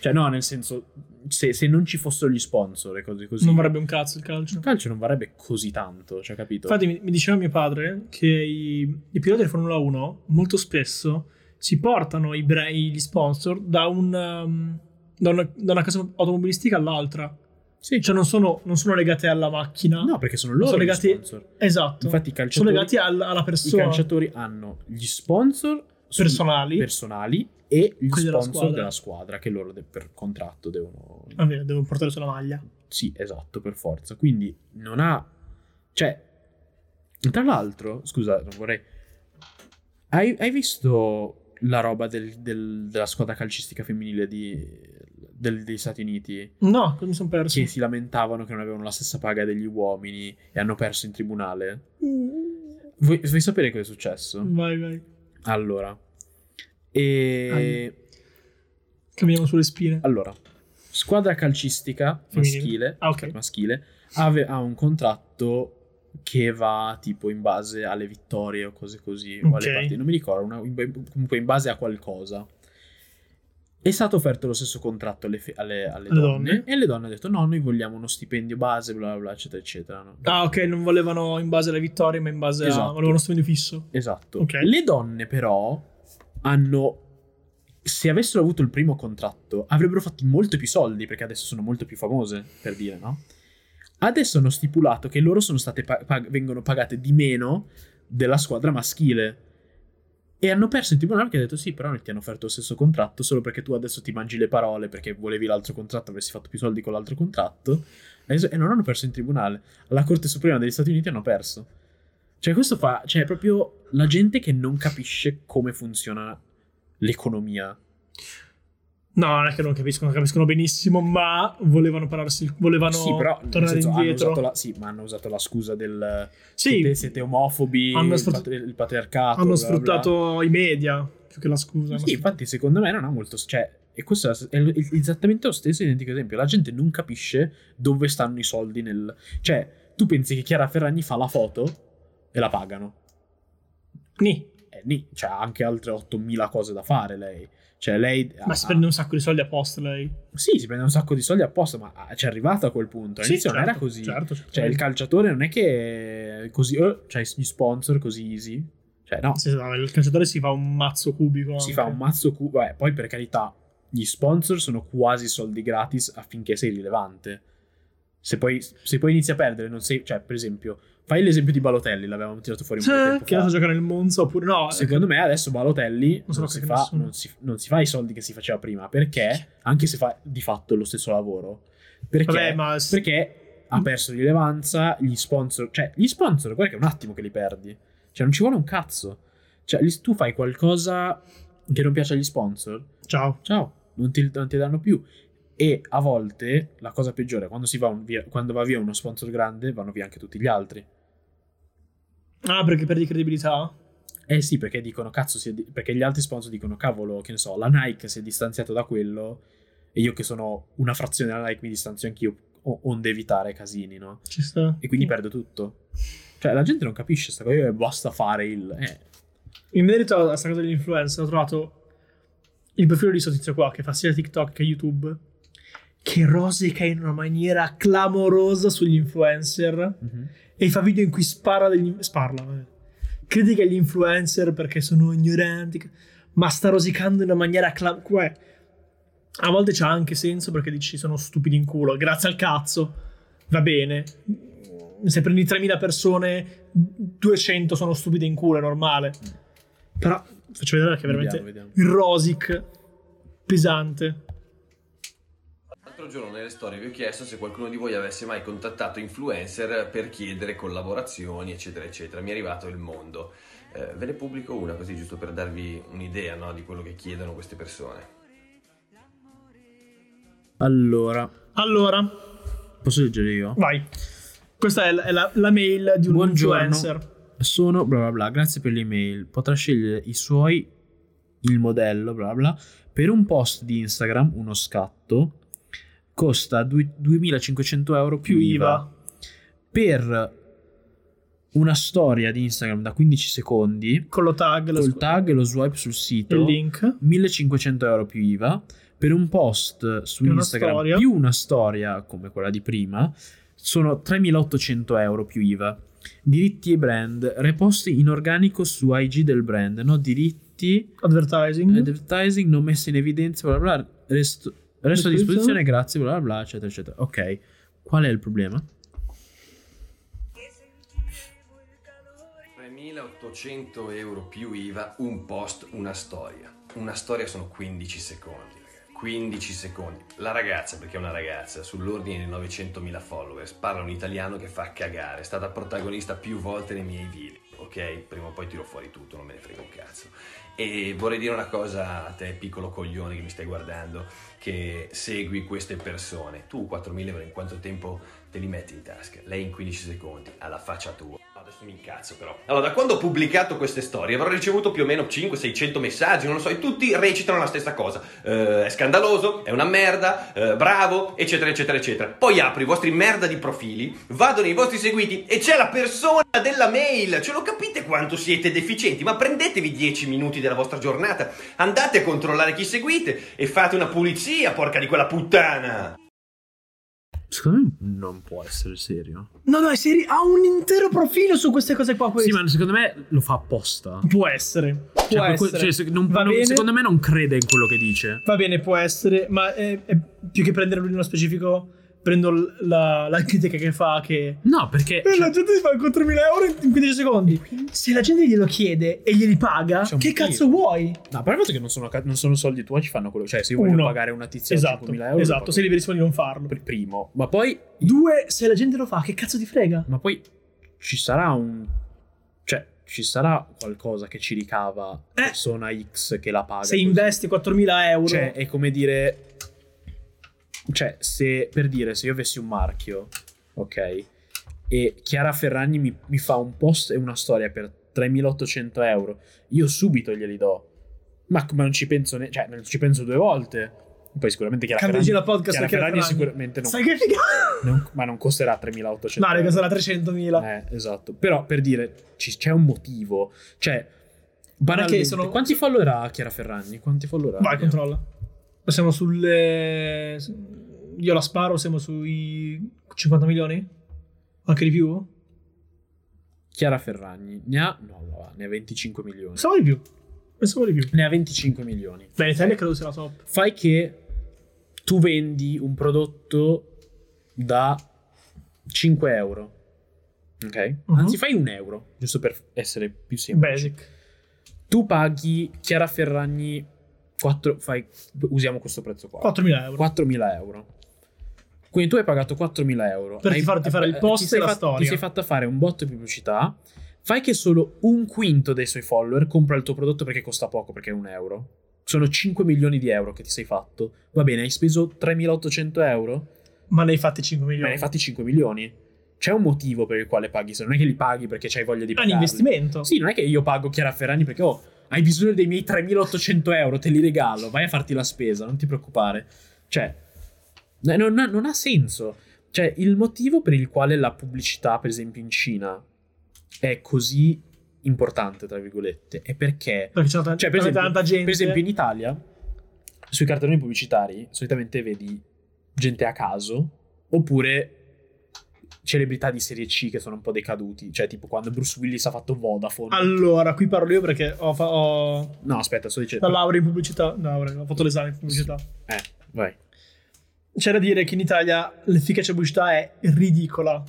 S1: Cioè, no, nel senso. Se, se non ci fossero gli sponsor e cose così.
S2: non varrebbe un cazzo il calcio.
S1: il calcio non varrebbe così tanto, cioè, capito?
S2: Infatti mi, mi diceva mio padre che i, i piloti di Formula 1 molto spesso si portano i bra- gli sponsor da, un, um, da una, da una casa automobilistica all'altra.
S1: sì.
S2: Cioè non sono, non sono legate alla macchina.
S1: no, perché sono loro
S2: sono
S1: gli
S2: legati-
S1: sponsor.
S2: Esatto.
S1: Infatti, i
S2: sono
S1: calciatori,
S2: legati al- alla
S1: i
S2: persona.
S1: calciatori hanno gli sponsor sul-
S2: personali.
S1: personali e gli
S2: Quelli della
S1: sponsor
S2: squadra.
S1: della squadra che loro de- per contratto devono
S2: Ah, vero, devo portare sulla maglia.
S1: sì esatto per forza quindi non ha cioè tra l'altro scusa non vorrei hai, hai visto la roba del- del- della squadra calcistica femminile di- del- degli Stati Uniti
S2: No, mi sono perso.
S1: che si lamentavano che non avevano la stessa paga degli uomini e hanno perso in tribunale vuoi, vuoi sapere cosa è successo?
S2: Mm, Vai, vai.
S1: allora e...
S2: Ahia. Camminiamo sulle spine.
S1: Eh, Allora, squadra calcistica
S2: Femminile.
S1: maschile, cioè
S2: Ah, ok.
S1: maschile ave- ha un contratto che va tipo in base alle vittorie o cose così, o alle
S2: Ok.
S1: partite, non mi ricordo, una- in- comunque in base a qualcosa. È stato offerto lo stesso contratto alle, fe- alle- alle
S2: Alle
S1: donne,
S2: donne.
S1: e le donne hanno detto no, noi vogliamo uno stipendio base, bla bla, bla eccetera, eccetera. no?
S2: Ah, ok, non volevano in base alle vittorie, ma in base a.
S1: Esatto.
S2: Volevano uno stipendio fisso.
S1: Esatto.
S2: Ok.
S1: Le donne però hanno... Se avessero avuto il primo contratto avrebbero fatto molto più soldi perché adesso sono molto più famose, per dire, no? Adesso hanno stipulato che loro sono state pa- pag- vengono pagate di meno della squadra maschile. E hanno perso in tribunale perché ha detto sì, però noi ti hanno offerto lo stesso contratto solo perché tu adesso ti mangi le parole perché volevi l'altro contratto, avresti fatto più soldi con l'altro contratto. Adesso- E non hanno perso in tribunale. Alla Corte Suprema degli Stati Uniti hanno perso. Cioè, questo fa. Cioè, è proprio la gente che non capisce come funziona l'economia.
S2: No, non è che non capiscono, capiscono benissimo, ma volevano pararsi. Volevano
S1: sì, però. nel
S2: tornare
S1: senso, hanno
S2: indietro.
S1: usato la- sì, ma hanno usato la scusa del.
S2: Sì,
S1: Siete, siete omofobi.
S2: Hanno
S1: il,
S2: sfrutt-
S1: patri- il patriarcato.
S2: hanno
S1: bla, bla, bla.
S2: sfruttato i media più che la scusa.
S1: Sì, infatti, secondo me non ha molto. Cioè, e questo è è esattamente lo stesso identico esempio. La gente non capisce dove stanno i soldi nel. Cioè, tu pensi che Chiara Ferragni fa la foto e la pagano.
S2: Nì,
S1: Eh, nì, cioè, ha anche altre 8000 cose da fare lei. Cioè, lei.
S2: ma si prende un sacco di soldi apposta lei.
S1: Sì, si prende un sacco di soldi apposta, ma ah, ci è arrivato a quel punto.
S2: Sì,
S1: All'inizio non
S2: certo,
S1: era così.
S2: Certo, certo.
S1: Cioè, il calciatore non è che è così. oh, c'hai gli sponsor così easy. Cioè, no,
S2: Sì, sì, no, il calciatore si fa un mazzo cubico.
S1: si
S2: anche.
S1: fa un mazzo cu. Vabbè, poi per carità, gli sponsor sono quasi soldi gratis affinché sei rilevante. Se poi, se poi inizi a perdere, non sei. Cioè, per esempio, fai l'esempio di Balotelli, l'avevamo tirato fuori un po' di
S2: Sì,
S1: tempo
S2: che
S1: fa.
S2: adesso gioca nel Monza oppure no. ecco,
S1: Secondo me adesso Balotelli
S2: so
S1: non
S2: che
S1: si,
S2: che
S1: fa,
S2: nessuno.
S1: non, si, non si fa i soldi che si faceva prima perché, anche se fa di fatto lo stesso lavoro, perché,
S2: Vabbè, ma s-
S1: perché ha perso rilevanza, gli sponsor, cioè gli sponsor, guarda che è un attimo che li perdi, cioè non ci vuole un cazzo, cioè gli- tu fai qualcosa che non piace agli sponsor,
S2: Ciao.
S1: ciao, non ti, non ti danno più. E a volte la cosa peggiore è quando, si va, un via- quando va via uno sponsor grande, vanno via anche tutti gli altri.
S2: Ah, perché perdi credibilità?
S1: Eh sì, perché dicono cazzo, si è di- perché gli altri sponsor dicono cavolo, che ne so, la Nike si è distanziata da quello e io che sono una frazione della Nike mi distanzio anch'io o- onde evitare casini, no?
S2: Ci sta.
S1: E quindi perdo tutto. Cioè la gente non capisce sta cosa, e basta fare il eh,
S2: In merito a questa cosa degli influencer, ho trovato il profilo di questo tizio qua che fa sia TikTok che YouTube. Che rosica in una maniera clamorosa sugli influencer. E fa video in cui spara degli. Sparla. vabbè. Critica gli influencer perché sono ignoranti. Ma sta rosicando in una maniera clamorosa. A volte c'ha anche senso perché dici sono stupidi in culo. Grazie al cazzo. Va bene. Se prendi 3.000 persone, 200 sono stupide in culo, è normale. Però faccio vedere che è veramente
S1: Vediamo, vediamo.
S2: il rosic pesante.
S6: L'altro giorno nelle storie vi ho chiesto se qualcuno di voi avesse mai contattato influencer per chiedere collaborazioni, eccetera, eccetera. Mi è arrivato il mondo. Eh, ve ne pubblico una così, giusto per darvi un'idea no, di quello che chiedono queste persone.
S1: Allora,
S2: Allora,
S1: posso leggere io?
S2: vai. Questa è la, è la- la mail di un
S1: Buongiorno.
S2: influencer.
S1: Sono bla bla bla, grazie per l'email. Potrà scegliere i suoi, il modello bla bla. Per un post di Instagram, uno scatto, costa due- 2500 euro più
S2: Più
S1: IVA. Per una storia di Instagram da 15 secondi,
S2: Con lo tag, la
S1: col
S2: scu-
S1: tag e lo swipe sul
S2: il
S1: sito,
S2: link.
S1: 1500 euro più IVA. Per un post su
S2: Più una
S1: Instagram
S2: storia.
S1: più una storia come quella di prima, sono 3800 euro più IVA. Diritti e brand, reposti in organico su IG del brand, no diritti,
S2: Advertising.
S1: advertising non messi in evidenza, bla bla, bla, resto, resto a disposizione, grazie, bla bla, bla, eccetera, eccetera. Ok, qual è il problema?
S6: 3.800 euro più IVA, un post, una storia. Una storia sono 15 secondi, ragazzi. 15 secondi. La ragazza, perché è una ragazza, sull'ordine di 900.000 followers, parla un italiano che fa cagare, è stata protagonista più volte nei miei video, ok? Prima o poi tiro fuori tutto, non me ne frega un cazzo. E vorrei dire una cosa a te, piccolo coglione che mi stai guardando, che segui queste persone. Tu 4.000 euro in quanto tempo te li metti in tasca? Lei in 15 secondi, alla faccia tua. adesso mi incazzo però. Allora, da quando ho pubblicato queste storie avrò ricevuto più o meno 500-600 messaggi, non lo so, e tutti recitano la stessa cosa. Eh, è scandaloso, è una merda, eh, bravo, eccetera, eccetera, eccetera. Poi apro i vostri merda di profili, vado nei vostri seguiti e c'è la persona della mail. Ce lo capite quanto siete deficienti, ma prendetevi 10 minuti della vostra giornata, andate a controllare chi seguite e fate una pulizia, porca di quella puttana.
S1: Secondo me non può essere serio.
S2: No, no, è serio, ha un intero profilo su queste cose qua.
S1: Sì,
S2: questo.
S1: ma secondo me lo fa apposta.
S2: Può essere. Può
S1: Cioè, per que-
S2: essere.
S1: cioè, se- non-
S2: Va
S1: non-
S2: bene.
S1: secondo me non crede in quello che dice.
S2: Va bene, può essere, ma è- è più che prendere lui nello specifico, prendo l- la, la critica che fa che...
S1: No, perché
S2: Eh,
S1: cioè,
S2: la gente si fa 4.000 euro in 15 secondi. Se la gente glielo chiede e glieli paga,
S1: C'è un
S2: che
S1: motivo.
S2: cazzo vuoi?
S1: No, però il fatto è che non sono, ca- non sono soldi tuoi, ci fanno quello. Cioè, se io voglio
S2: Uno.
S1: pagare una tizia
S2: Esatto,
S1: 5.000 euro,
S2: esatto, sei
S1: se
S2: liberissimo di non farlo.
S1: primo. Ma poi,
S2: Due, se la gente lo fa, che cazzo ti frega?
S1: ma poi ci sarà un. Cioè, ci sarà qualcosa che ci ricava persona X che la paga.
S2: Eh. Se
S1: così.
S2: investi 4.000 euro...
S1: Cioè, è come dire. Cioè, se per dire, se io avessi un marchio, ok, e Chiara Ferragni mi, mi fa un post e una storia per 3800 euro, io subito glieli do. Ma, ma non ci penso ne- cioè, non ci penso due volte. Poi sicuramente Chiara
S2: Cambio
S1: Cioè, Ferragni,
S2: giro podcast
S1: Chiara
S2: perché la
S1: Ferragni
S2: Ferragni.
S1: sicuramente non,
S2: Sai che figata?
S1: non- ma non costerà 3800
S2: No, raga,
S1: euro.
S2: sarà 300.000.
S1: Eh, esatto. Però per dire, ci- c'è un motivo. Cioè, banalmente,
S2: sono-
S1: quanti follower ha Chiara Ferragni? Quanti follower ha?
S2: Vai, controlla. Siamo sulle. Io la sparo, siamo sui 50 milioni? Anche di più?
S1: Chiara Ferragni ne ha, no, no, va, ne ha 25 milioni.
S2: Pensavo di più. Pensavo di più.
S1: Ne ha 25 milioni.
S2: Beh, l'Italia credo sia la top.
S1: Fai che tu vendi un prodotto da 5 euro. Ok?
S2: Mhm.
S1: Anzi, fai un euro, giusto per essere più semplice.
S2: Basic.
S1: Tu paghi Chiara Ferragni 4, fai, usiamo questo prezzo qua.
S2: 4.000 euro.
S1: 4.000 euro. Quindi tu hai pagato 4.000 euro.
S2: Per
S1: Hai-
S2: farti fare il
S1: eh,
S2: post
S1: ti sei
S2: e la
S1: fat-
S2: storia.
S1: Ti sei fatta fare un botto di pubblicità. Fai che solo un quinto dei suoi follower compra il tuo prodotto perché costa poco, perché è un euro. Sono 5 milioni di euro che ti sei fatto. Va bene, hai speso 3.800 euro?
S2: Ma ne hai fatti 5
S1: Me ne
S2: milioni.
S1: hai fatti 5 milioni. C'è un motivo per il quale paghi, se non è che li paghi perché c'hai voglia di
S2: È un
S1: pagarli.
S2: investimento.
S1: Sì, non è che io pago Chiara Ferragni perché oh, hai bisogno dei miei 3.800 euro, te li regalo, vai a farti la spesa, non ti preoccupare. Cioè, no- non, ha- non ha senso. Cioè, il motivo per il quale la pubblicità, per esempio, in Cina è così importante, tra virgolette, è perché...
S2: Perché c'è tanta,
S1: Cioè, per esempio,
S2: tanta gente.
S1: per esempio, in Italia, sui cartelloni pubblicitari, solitamente vedi gente a caso, oppure celebrità di serie C che sono un po' decaduti, cioè tipo quando Bruce Willis ha fatto Vodafone.
S2: Allora, qui parlo io perché ho, fa- ho
S1: No, aspetta, sto
S2: la
S1: dicendo...
S2: laurea in pubblicità. No, laurea, ho fatto l'esame in pubblicità.
S1: Eh, vai.
S2: C'è da dire che in Italia l'efficacia della pubblicità è ridicola.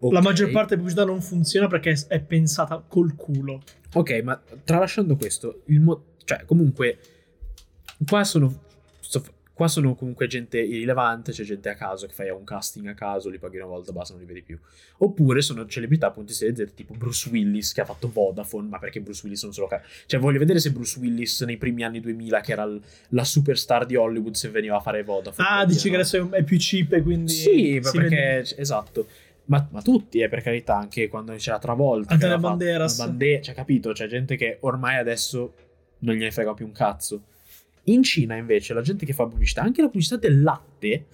S2: La
S1: Ok.
S2: maggior parte della pubblicità non funziona perché è- è pensata col culo.
S1: Ok, ma tralasciando questo, il mo- cioè comunque qua sono sto- qua sono comunque gente irrilevante, c'è gente a caso che fai un casting a caso, li paghi una volta, basta, non li vedi più. Oppure sono celebrità appunto di serie Z tipo Bruce Willis che ha fatto Vodafone, ma perché Bruce Willis non solo ca- cioè voglio vedere se Bruce Willis nei primi anni 2000 che era l- la superstar di Hollywood se veniva a fare Vodafone.
S2: Ah,
S1: per dire,
S2: dici che
S1: no?
S2: adesso è un- è più cheap e quindi...
S1: Sì, ma
S2: si
S1: perché
S2: vende-
S1: esatto. Ma, ma tutti, eh, per carità, anche quando c'era Travolta,
S2: Antonio
S1: che aveva fatto
S2: Banderas.
S1: una bande- cioè, capito? C'è gente che ormai adesso non gliene frega più un cazzo. In Cina, invece, la gente che fa pubblicità, anche la pubblicità del latte,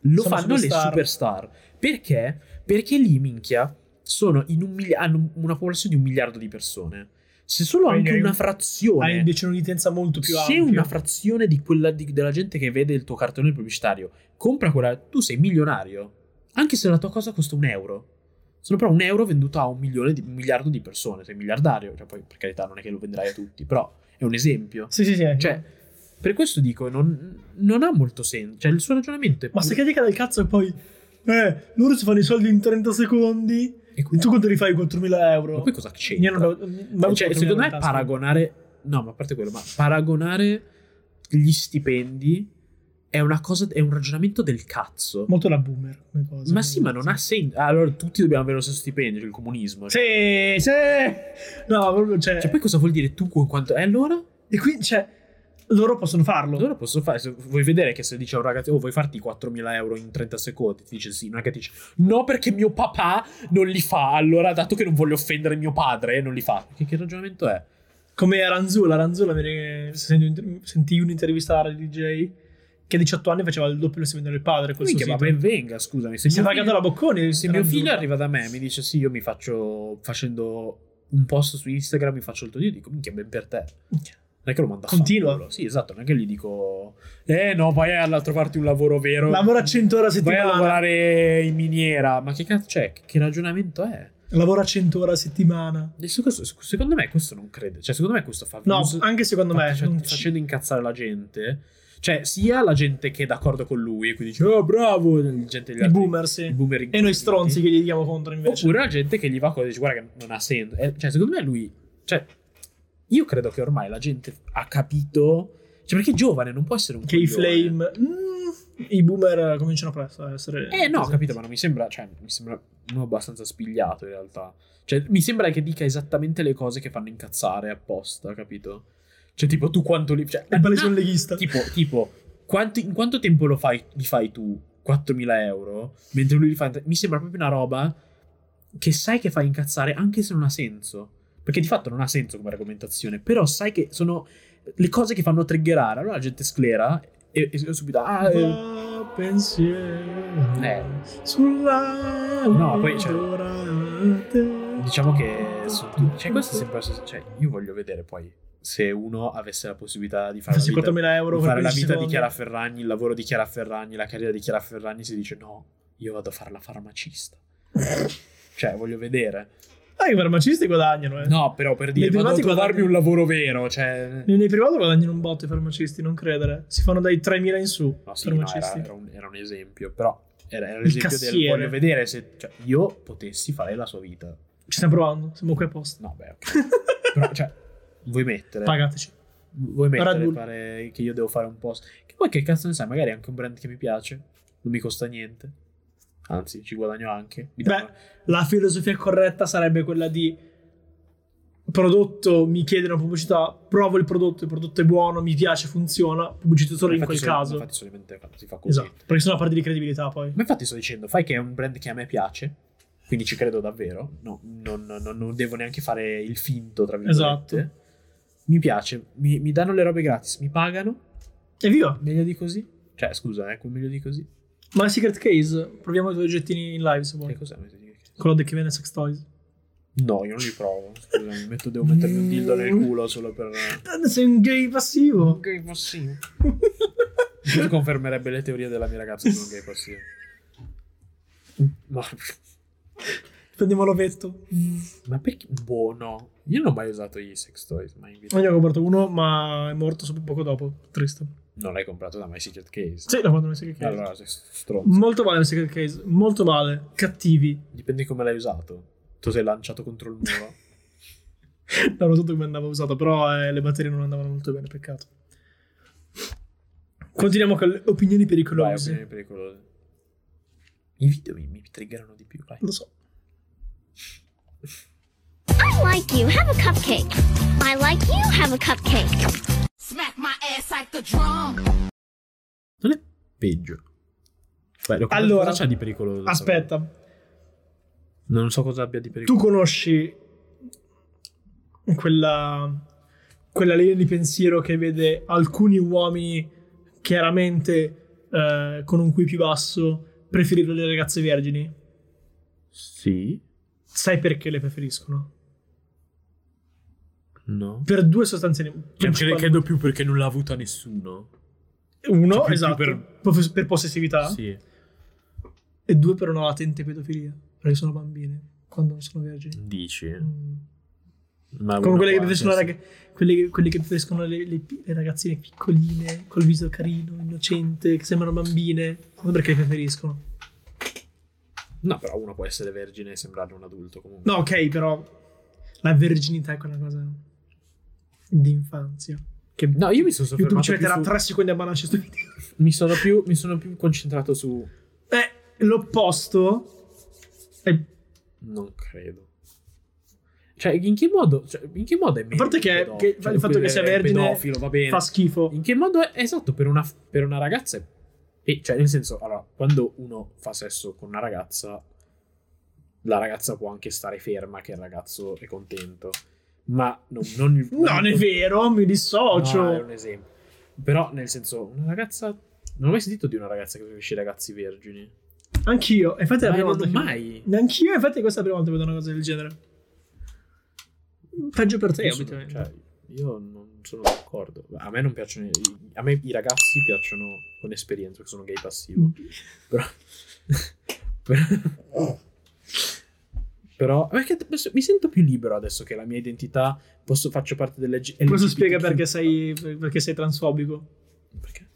S1: lo
S2: Sono
S1: fanno
S2: superstar.
S1: le superstar. Perché? Perché lì, minchia, sono in un mili- hanno una popolazione di un miliardo di persone. Se solo
S2: Quindi hai
S1: anche una
S2: un-
S1: frazione
S2: Hai invece un'utenza molto più
S1: se
S2: ampia.
S1: una frazione di quella di- della gente che vede il tuo cartone pubblicitario compra quella, tu sei milionario. Anche se la tua cosa costa un euro. Sono però un euro venduto a un, milione di- un miliardo di persone. Sei miliardario. Cioè, poi, per carità, non è che lo venderai a tutti, però è un esempio.
S2: Sì, sì, sì.
S1: Cioè, per questo dico, non, non ha molto senso. Cioè, il suo ragionamento è
S2: Ma se
S1: pure-
S2: critica del cazzo e poi... Eh, loro si fanno i soldi in 30 secondi
S1: e
S2: e
S1: quindi-
S2: tu quanto li fai 4.000 euro?
S1: Ma poi cosa c'entra?
S2: Io non avevo- mm, ma
S1: cioè,
S2: 4.000
S1: secondo me
S2: in tasca.
S1: paragonare. No, ma a parte quello, ma paragonare gli stipendi è una cosa. È un ragionamento del cazzo.
S2: Molto la boomer come cosa.
S1: Ma sì, ma non ha senso. Allora, tutti dobbiamo avere lo stesso stipendio, cioè il comunismo. Cioè,
S2: Sì, sì! No, proprio, cioè...
S1: Cioè, poi cosa vuol dire tu con quanto. E allora?
S2: E qui, cioè... loro possono farlo.
S1: Allora posso fare, se vuoi vedere che se dice a un ragazzo, oh vuoi farti 4.000 euro in 30 secondi, ti dice sì, non è che ti dice, no perché mio papà non li fa, allora dato che non voglio offendere mio padre, non li fa. Che, che ragionamento è?
S2: Come Aranzulla, Aranzulla mi re- senti un- sentii un'intervista a DJ che a 18 anni faceva il doppio investimento del padre col suo
S1: Minchia, ma
S2: sito.
S1: ben venga, scusami. Se
S2: Si è
S1: mio
S2: pagata
S1: figlio-
S2: la Bocconi.
S1: se mio figlio arriva da me e mi dice sì, io mi faccio facendo un post su Instagram, mi faccio il tuo, io dico minchia, ben per te. Non è che lo manda a
S2: Continua.
S1: fanculo. Sì, esatto, non è che gli dico eh no, vai a trovarti un lavoro vero.
S2: Lavora 100 ore a
S1: Vai a
S2: settimana.
S1: lavorare in miniera. Ma che cazzo c'è? Che- Che ragionamento è?
S2: Lavora 100 ore a settimana.
S1: Adesso questo- secondo me questo non crede. Cioè, secondo me questo fa
S2: No,
S1: views
S2: anche secondo me.
S1: facendo,
S2: non ci-
S1: cioè, facendo incazzare la gente. Cioè, sia la gente che è d'accordo con lui e quindi dice "Oh, bravo", la gente gli
S2: I
S1: altri-
S2: boomer, sì.
S1: i boomer
S2: E noi
S1: incazzati.
S2: stronzi che gli diamo contro invece.
S1: Oppure la gente che gli va con e dice guarda che non ha senso. Eh, cioè, secondo me lui... Cioè, io credo che ormai la gente ha capito... Cioè, perché giovane non può essere un
S2: che i
S1: coglione.
S2: flame. Mm, I boomer cominciano presto a essere.
S1: Eh no, ho capito, ma non mi sembra, cioè, mi sembra uno abbastanza spigliato in realtà. Cioè, mi sembra che dica esattamente le cose che fanno incazzare apposta, capito? Cioè, tipo, tu quanto li... Cioè,
S2: È palese
S1: ah,
S2: un leghista.
S1: tipo, tipo quanti- in quanto tempo lo fai, li fai tu? 4.000 euro? Mentre lui li fa... in tre- Mi sembra proprio una roba che sai che fa incazzare anche se non ha senso. Perché di fatto non ha senso come argomentazione, però sai che sono le cose che fanno triggerare. Allora la gente sclera e, e subito... Ah, eh,
S2: Va pensiero
S1: Eh.
S2: sulla
S1: No, poi, cioè,
S2: dorate.
S1: Diciamo che su tutti- cioè, questo è sempre. Cioè, io voglio vedere poi se uno avesse la possibilità di fare la
S2: Farsi
S1: vita,
S2: 4.000 euro
S1: di
S2: per
S1: fare la
S2: 15
S1: vita di
S2: secondi.
S1: Chiara Ferragni, il lavoro di Chiara Ferragni, la carriera di Chiara Ferragni, si dice no, io vado a fare la farmacista. cioè, voglio vedere.
S2: Ah, i farmacisti guadagnano, eh.
S1: No, però per dire,
S2: Nei
S1: vado a
S2: privati
S1: trovarmi
S2: guadagni-
S1: un lavoro vero, cioè...
S2: Nei, nei privati guadagnano un botto i farmacisti, non credere. Si fanno dai 3.000 in su.
S1: No, sì, no, era,
S2: farmacisti.
S1: era un, era un esempio, però era, era l'esempio del
S2: cassiere.
S1: voglio vedere se cioè, io potessi fare la sua vita.
S2: Ci stiamo provando, siamo qui apposta.
S1: No, beh, ok. però, cioè, vuoi mettere...
S2: Pagateci.
S1: Vuoi mettere
S2: Red Bull.
S1: fare- che io devo fare un post? Che poi che cazzo ne sai? Magari è anche un brand che mi piace. Non mi costa niente. Anzi, ci guadagno anche. Mi danno-
S2: Beh, la filosofia corretta sarebbe quella di prodotto, mi chiedono pubblicità, provo il prodotto, il prodotto è buono, mi piace, funziona, pubblicità solo in
S1: Eh, infatti
S2: quel
S1: solo-
S2: caso.
S1: Infatti, solamente fa- si fa così.
S2: Esatto, perché sennò parti di credibilità poi.
S1: Ma infatti sto dicendo, fai che è un brand che a me piace. Quindi ci credo davvero. No, non, non- non devo neanche fare il finto, tra virgolette.
S2: Esatto.
S1: Mi piace. Mi, mi danno le robe gratis. Mi pagano.
S2: E via.
S1: Meglio di così. Cioè, scusa, ecco, meglio di così.
S2: Ma la secret case, proviamo i tuoi oggettini in live se
S1: Che
S2: vuoi.
S1: cos'è?
S2: Quello che viene sex toys.
S1: No, io non li provo. Scusami, metto- devo mettermi un dildo nel culo solo per...
S2: Eh, Sei un gay passivo.
S1: gay passivo. Questo confermerebbe le teorie della mia ragazza che non gay passivo. Ma,
S2: Prendiamo l'ovetto.
S1: ma perché? Boh, no. Io non ho mai usato i sex toys, mai in vita.
S2: Io ne ho comprato uno, ma è morto sub- poco dopo. Triste.
S1: Non l'hai comprato da My Secret Case.
S2: Sì, l'ho fatto nel secret case.
S1: Allora, sei stronzo.
S2: Molto male nel secret case. Molto male. Cattivi.
S1: Dipende di come l'hai usato. Tu sei lanciato contro il muro.
S2: Non lo so come andava usato, però eh, le batterie non andavano molto bene, peccato. Continuiamo con le opinioni
S1: Vai,
S2: pericolose.
S1: opinioni pericolose. I video mi, mi triggerano di più. Vai.
S2: Lo so.
S7: I like you. Have a cupcake. I like you. Have a cupcake.
S4: Smack my ass like the drum.
S1: Non è peggio. Vai, lo-
S2: Allora,
S1: cosa c'ha di pericoloso?
S2: Aspetta,
S1: Non so cosa abbia di
S2: tu
S1: pericoloso.
S2: conosci quella, quella linea di pensiero che vede alcuni uomini chiaramente eh, con un qui più basso preferire le ragazze vergini?
S1: Sì.
S2: Sai perché le preferiscono?
S1: No.
S2: Per due sostanze principali.
S1: Cioè, credo più perché non l'ha avuta nessuno.
S2: Uno,
S1: più
S2: esatto,
S1: cioè, per-
S2: per, per possessività.
S1: Sì.
S2: e due per una latente pedofilia perché sono bambine quando non sono vergini
S1: Dici.
S2: Mm.
S1: Ma
S2: come
S1: uno
S2: quelle che
S1: può
S2: preferiscono,
S1: anche-
S2: ragazze quelle, che- quelle che preferiscono le, le pi- le ragazzine piccoline col viso carino innocente che sembrano bambine non perché le preferiscono
S1: No, però uno può essere vergine e sembrare un adulto comunque.
S2: no ok però la verginità è quella cosa di infanzia che
S1: No, io mi sono
S2: YouTube
S1: soffermato
S2: ci
S1: più
S2: metterà
S1: su...
S2: 3 secondi a banarci sto video
S1: mi, sono più, mi sono più concentrato su...
S2: eh l'opposto è
S1: Non credo. Cioè, in che modo, cioè, in che modo è
S2: A parte che,
S1: pedo-
S2: che
S1: cioè,
S2: il fatto che
S1: è-
S2: sia
S1: è
S2: vergine
S1: pedofilo, va bene.
S2: fa schifo.
S1: In che modo è esatto per una, per una ragazza? è- E, cioè, nel senso, allora, quando uno fa sesso con una ragazza, la ragazza può anche stare ferma, che il ragazzo è contento, ma non. non
S2: Non è vero, mi
S1: No,
S2: dissocio.
S1: è un esempio. Però, nel senso, una ragazza. Non ho mai sentito di una ragazza che preferisce i ragazzi vergini.
S2: Anch'io, infatti è la
S1: Ma
S2: prima
S1: non
S2: volta. che-
S1: mai.
S2: Anch'io, infatti, questa è la prima volta che vedo una cosa del genere. Peggio per te,
S1: Io sono-
S2: ovviamente.
S1: cioè, io non sono d'accordo. A me non piacciono. i- A me i ragazzi piacciono con esperienza, che sono gay passivo. però. però- però perché adesso mi sento più libero adesso che la mia identità posso, faccio parte delle
S2: Questo spiega perché sei, perché sei transfobico.
S1: Perché?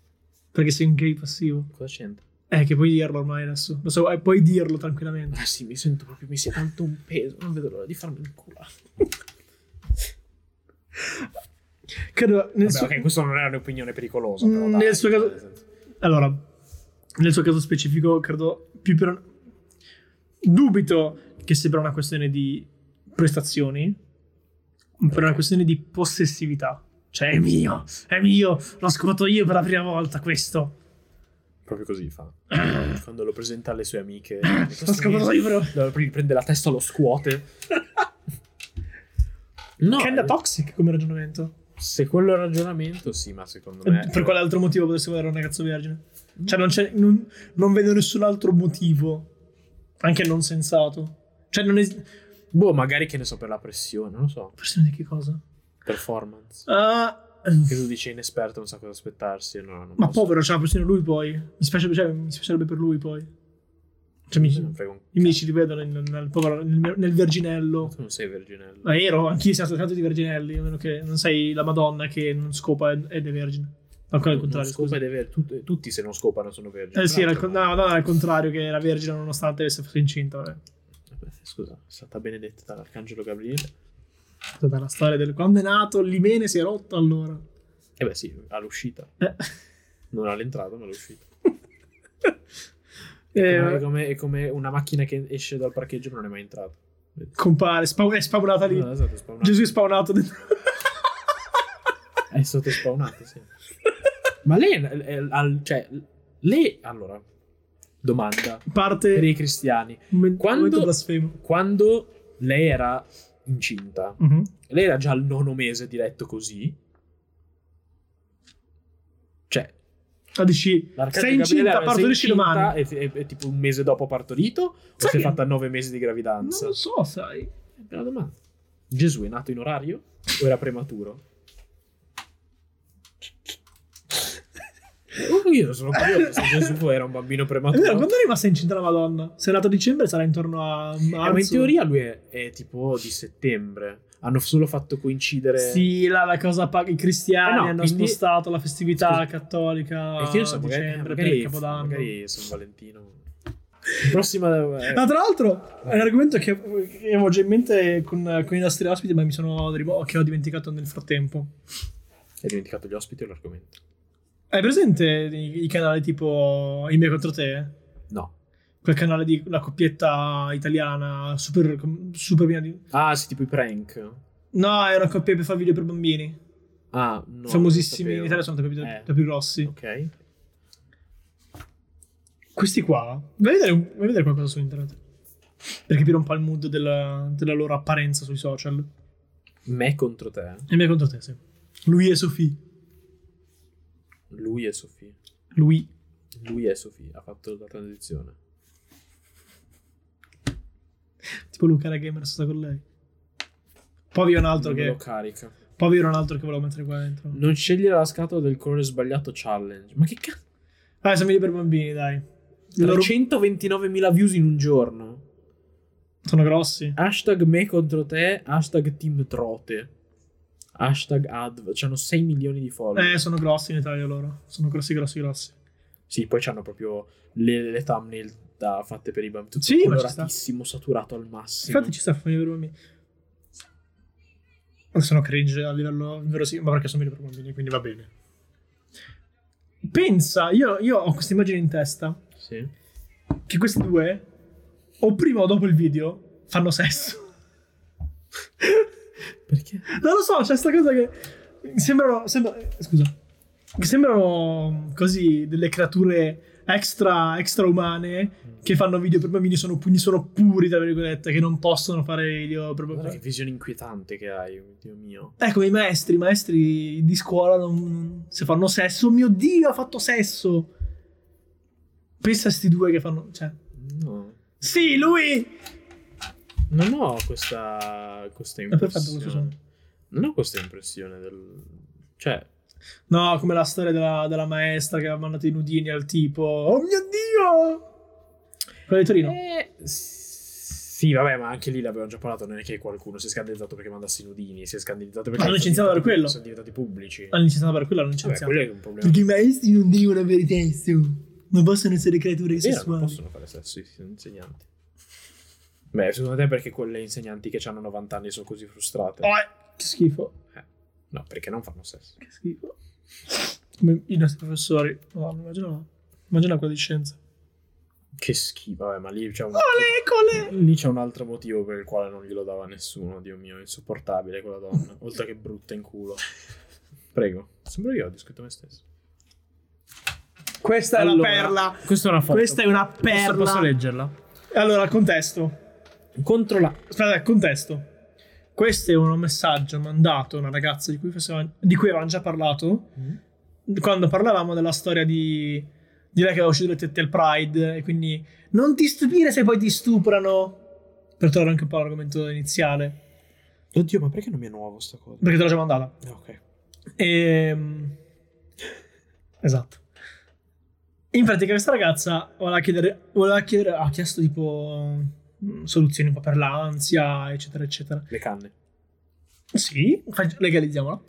S2: Perché sei un gay passivo.
S1: Cosa c'entra?
S2: Eh, che puoi dirlo ormai adesso. Lo so, eh, puoi dirlo tranquillamente.
S1: Ah sì, mi sento proprio, mi si è tanto un peso, non vedo l'ora di farmi un culo.
S2: Credo, nel suo-
S1: questo non è un'opinione pericolosa,
S2: però, dai. Nel suo caso- Allora, nel suo caso specifico, credo più per. un- Dubito che sia per una questione di prestazioni, ma per una questione di possessività. Cioè, è mio, è mio, l'ho scoperto io per la prima volta questo.
S1: Proprio così fa. Quando lo presenta alle sue amiche. Questo
S2: scoperto
S1: è-
S2: io, però.
S1: Allora, poi gli prende la testa, lo scuote. no. eh.
S2: che è da toxic come ragionamento.
S1: se quello è il ragionamento, sì, ma secondo me.
S2: Per quale altro motivo potesse volere un ragazzo vergine? Cioè, non, c'è, non, non vedo nessun altro motivo, anche non sensato. Cioè, non esiste.
S1: Boh, magari che ne so, per la pressione, non lo so.
S2: Pressione di che cosa?
S1: Performance.
S2: Ah,
S1: Che tu dici inesperto, non sa cosa aspettarsi. No, non
S2: Ma
S1: posso.
S2: povero, c'è una pressione lui poi. Mi spiace, cioè, mi spiacerebbe per lui poi. Cioè, mi,
S1: Sì, non frega un
S2: i miei ci rivedono nel, nel povero- nel- nel
S1: cazzo,
S2: verginello.
S1: Tu non sei verginello.
S2: Ma ero, anch'io siamo trattati di verginelli, a meno che non sei la Madonna che non scopa ed ed è vergine. Ancora al
S1: Non
S2: contrario,
S1: scopa
S2: scusa.
S1: ed è ver- tut- tutti se non scopano sono vergini.
S2: Eh sì, era il,
S1: Tra
S2: con- no,
S1: l'altro,
S2: la Madonna era il contrario, che era vergine nonostante fosse incinta. Vabbè.
S1: ma- Scusa, è stata benedetta dall'arcangelo Gabriele.
S2: Tutta la storia del quando è nato, l'imene si è rotto allora.
S1: Eh beh, sì, all'uscita.
S2: Eh.
S1: Non all'entrata, ma all'uscita. Come-
S2: Eh,
S1: è, come, è come una macchina che esce dal parcheggio e non è mai entrata.
S2: compare, spaw- è spawnata lì.
S1: No, esatto, è spawnata.
S2: Gesù è spawnato dentro.
S1: È stato spawnato, sì. Ma lei, è- è- è- al- cioè, lei, allora, domanda per i
S2: Parte
S1: cristiani.
S2: Momen- momento
S1: Quando,
S2: blasfemo.
S1: quando lei era incinta,
S2: Mhm.
S1: lei era già al nono mese diretto così. Cioè,
S2: Ah, dici,
S1: l'arcangelo
S2: sei incinta,
S1: Gabriele era-
S2: partorisci
S1: sei incinta
S2: domani.
S1: E, e- e tipo un mese dopo partorito? O
S2: Sai
S1: sei
S2: che-
S1: fatta nove mesi di
S2: Non
S1: gravidanza?
S2: lo so, sai.
S1: Bella domanda. Gesù è nato in orario o era prematuro?
S2: Uh,
S1: Oh, io sono curioso se Gesù era un bambino
S2: È vero,
S1: prematuro.
S2: Eh, quando è rimasta incinta la Madonna? Se è nato a dicembre sarà intorno a marzo.
S1: Eh, ma in teoria lui è, è tipo di settembre. Hanno solo fatto coincidere.
S2: Sì, la, la cosa paga i cristiani
S1: Eh no,
S2: hanno
S1: quindi-
S2: spostato la festività
S1: Scusa.
S2: cattolica
S1: E
S2: a
S1: che io so, magari,
S2: dicembre per
S1: magari,
S2: il Capodanno.
S1: magari San Valentino. Prossima. eh,
S2: Ma tra l'altro è un argomento che, che avevo già in mente con, con i nostri ospiti, ma mi sono rimo- che ho dimenticato nel frattempo.
S1: Hai dimenticato gli ospiti o l'argomento?
S2: Hai presente i, i canali tipo In me contro te?
S1: No.
S2: Quel canale di la coppietta italiana super, super piena di...
S1: Ah, sì, tipo i prank.
S2: No, è una coppia per fare video per bambini.
S1: Ah, no,
S2: famosissimi in
S1: non
S2: Italia
S1: lo
S2: sono
S1: sapevo.
S2: tra i più,
S1: Eh,
S2: tra i più grossi.
S1: Ok.
S2: Questi qua, vai a, vedere, un- vai a vedere qualcosa su internet. Per capire un po' il mood della, della loro apparenza sui social.
S1: Me contro te.
S2: E me contro te, sì. Lui e Sofì.
S1: Lui e Sofì.
S2: Lui.
S1: Lui e Sofì. Ha fatto la transizione.
S2: Tipo Luca la gamer è stata con lei. Poi vi è un altro
S1: Non me
S2: che...
S1: lo carica.
S2: Poi vi era un altro che volevo mettere qua dentro.
S1: Non scegliere la scatola del colore sbagliato challenge. Ma che cazzo?
S2: Ah, sono video per bambini, dai. Loro
S1: 129.000 views in un giorno.
S2: sono grossi.
S1: Hashtag me contro te. Hashtag team trote. Hashtag adv. C'hanno 6 milioni di follower.
S2: Eh, sono grossi in Italia loro. Sono grossi, grossi, grossi.
S1: Sì, poi c'hanno proprio le, le thumbnail da- fatte per i bambini. Tutto
S2: Sì, ma ci
S1: coloratissimo, saturato al massimo.
S2: Infatti ci sta famiglia per bambini. Sono cringe a livello inverosimile, ma perché sono video per bambini, quindi va bene. Pensa, io, io ho questa immagine in testa,
S1: Sì.
S2: che questi due, o prima o dopo il video, fanno sesso.
S1: Perché?
S2: Non lo so, c'è sta cosa che sembrano. sembra- eh, scusa. Che sembrano mm, così delle creature extra, umane che fanno video per bambini, sono, quindi sono puri, tra virgolette, che non possono fare video per
S1: Guarda che
S2: bambini.
S1: visione inquietante che hai, Dio mio.
S2: Ecco, i maestri, i maestri di scuola non- se fanno sesso, mio Dio, ha fatto sesso! Pensa a sti due che fanno... Cioè...
S1: No.
S2: Sì, lui!
S1: Non ho questa, questa
S2: È perfetto questo
S1: impressione.
S2: suono.
S1: Non ho questa impressione del... Cioè,
S2: No, come la storia della, della maestra che aveva mandato i nudini al tipo. Oh mio dio! Quella di Torino.
S1: Eh, sì, vabbè, ma anche lì l'abbiamo già parlato. Non è che qualcuno si è scandalizzato perché mandasse i nudini, si è scandalizzato perché
S2: Ma non ci iniziamo
S1: sono
S2: per quello.
S1: sono diventati pubblici.
S2: Hanno iniziato a fare quella, non c'è
S1: Vabbè, quello è un problema.
S2: i maestri non devono avere testo. Non possono essere creature
S1: Era, non possono fare sesso i- gli insegnanti. Beh, secondo te perché quelle insegnanti che hanno 90 anni sono così frustrate?
S2: Oh, eh, che schifo.
S1: Eh, no, perché non fanno sesso?
S2: Che schifo. Come i nostri professori. Oh, immagina, immagina quella di scienza.
S1: Che schifo, vabbè, ma lì c'è
S2: Oh,
S1: un...
S2: Molecole!
S1: Lì c'è un altro motivo per il quale non glielo dava nessuno, Dio mio, insopportabile quella donna, oltre che brutta in culo. Prego, sembra io ho discusso me stesso.
S2: Questa è la
S1: Allora,
S2: perla.
S1: Questa è una foto.
S2: Questa è una
S1: Posso-
S2: perla.
S1: Posso leggerla?
S2: Allora, contesto.
S1: Contro la...
S2: Aspetta, contesto. Questo è un messaggio mandato a una ragazza di cui, facevamo- di cui avevamo già parlato quando parlavamo della storia di, di lei che aveva uscito le tette al Pride. E quindi non ti stupire se poi ti stuprano. Per tornare anche un po' all'argomento iniziale,
S1: Oddio, ma perché non mi è nuovo sta cosa?
S2: perché te l'ho già mandata.
S1: Ah, Ok.
S2: Ehm, Esatto. In pratica, questa ragazza voleva chiedere, voleva chiedere, ha chiesto tipo mm, soluzioni un po' per l'ansia, eccetera, eccetera.
S1: Le canne.
S2: Sì, fa- legalizziamola.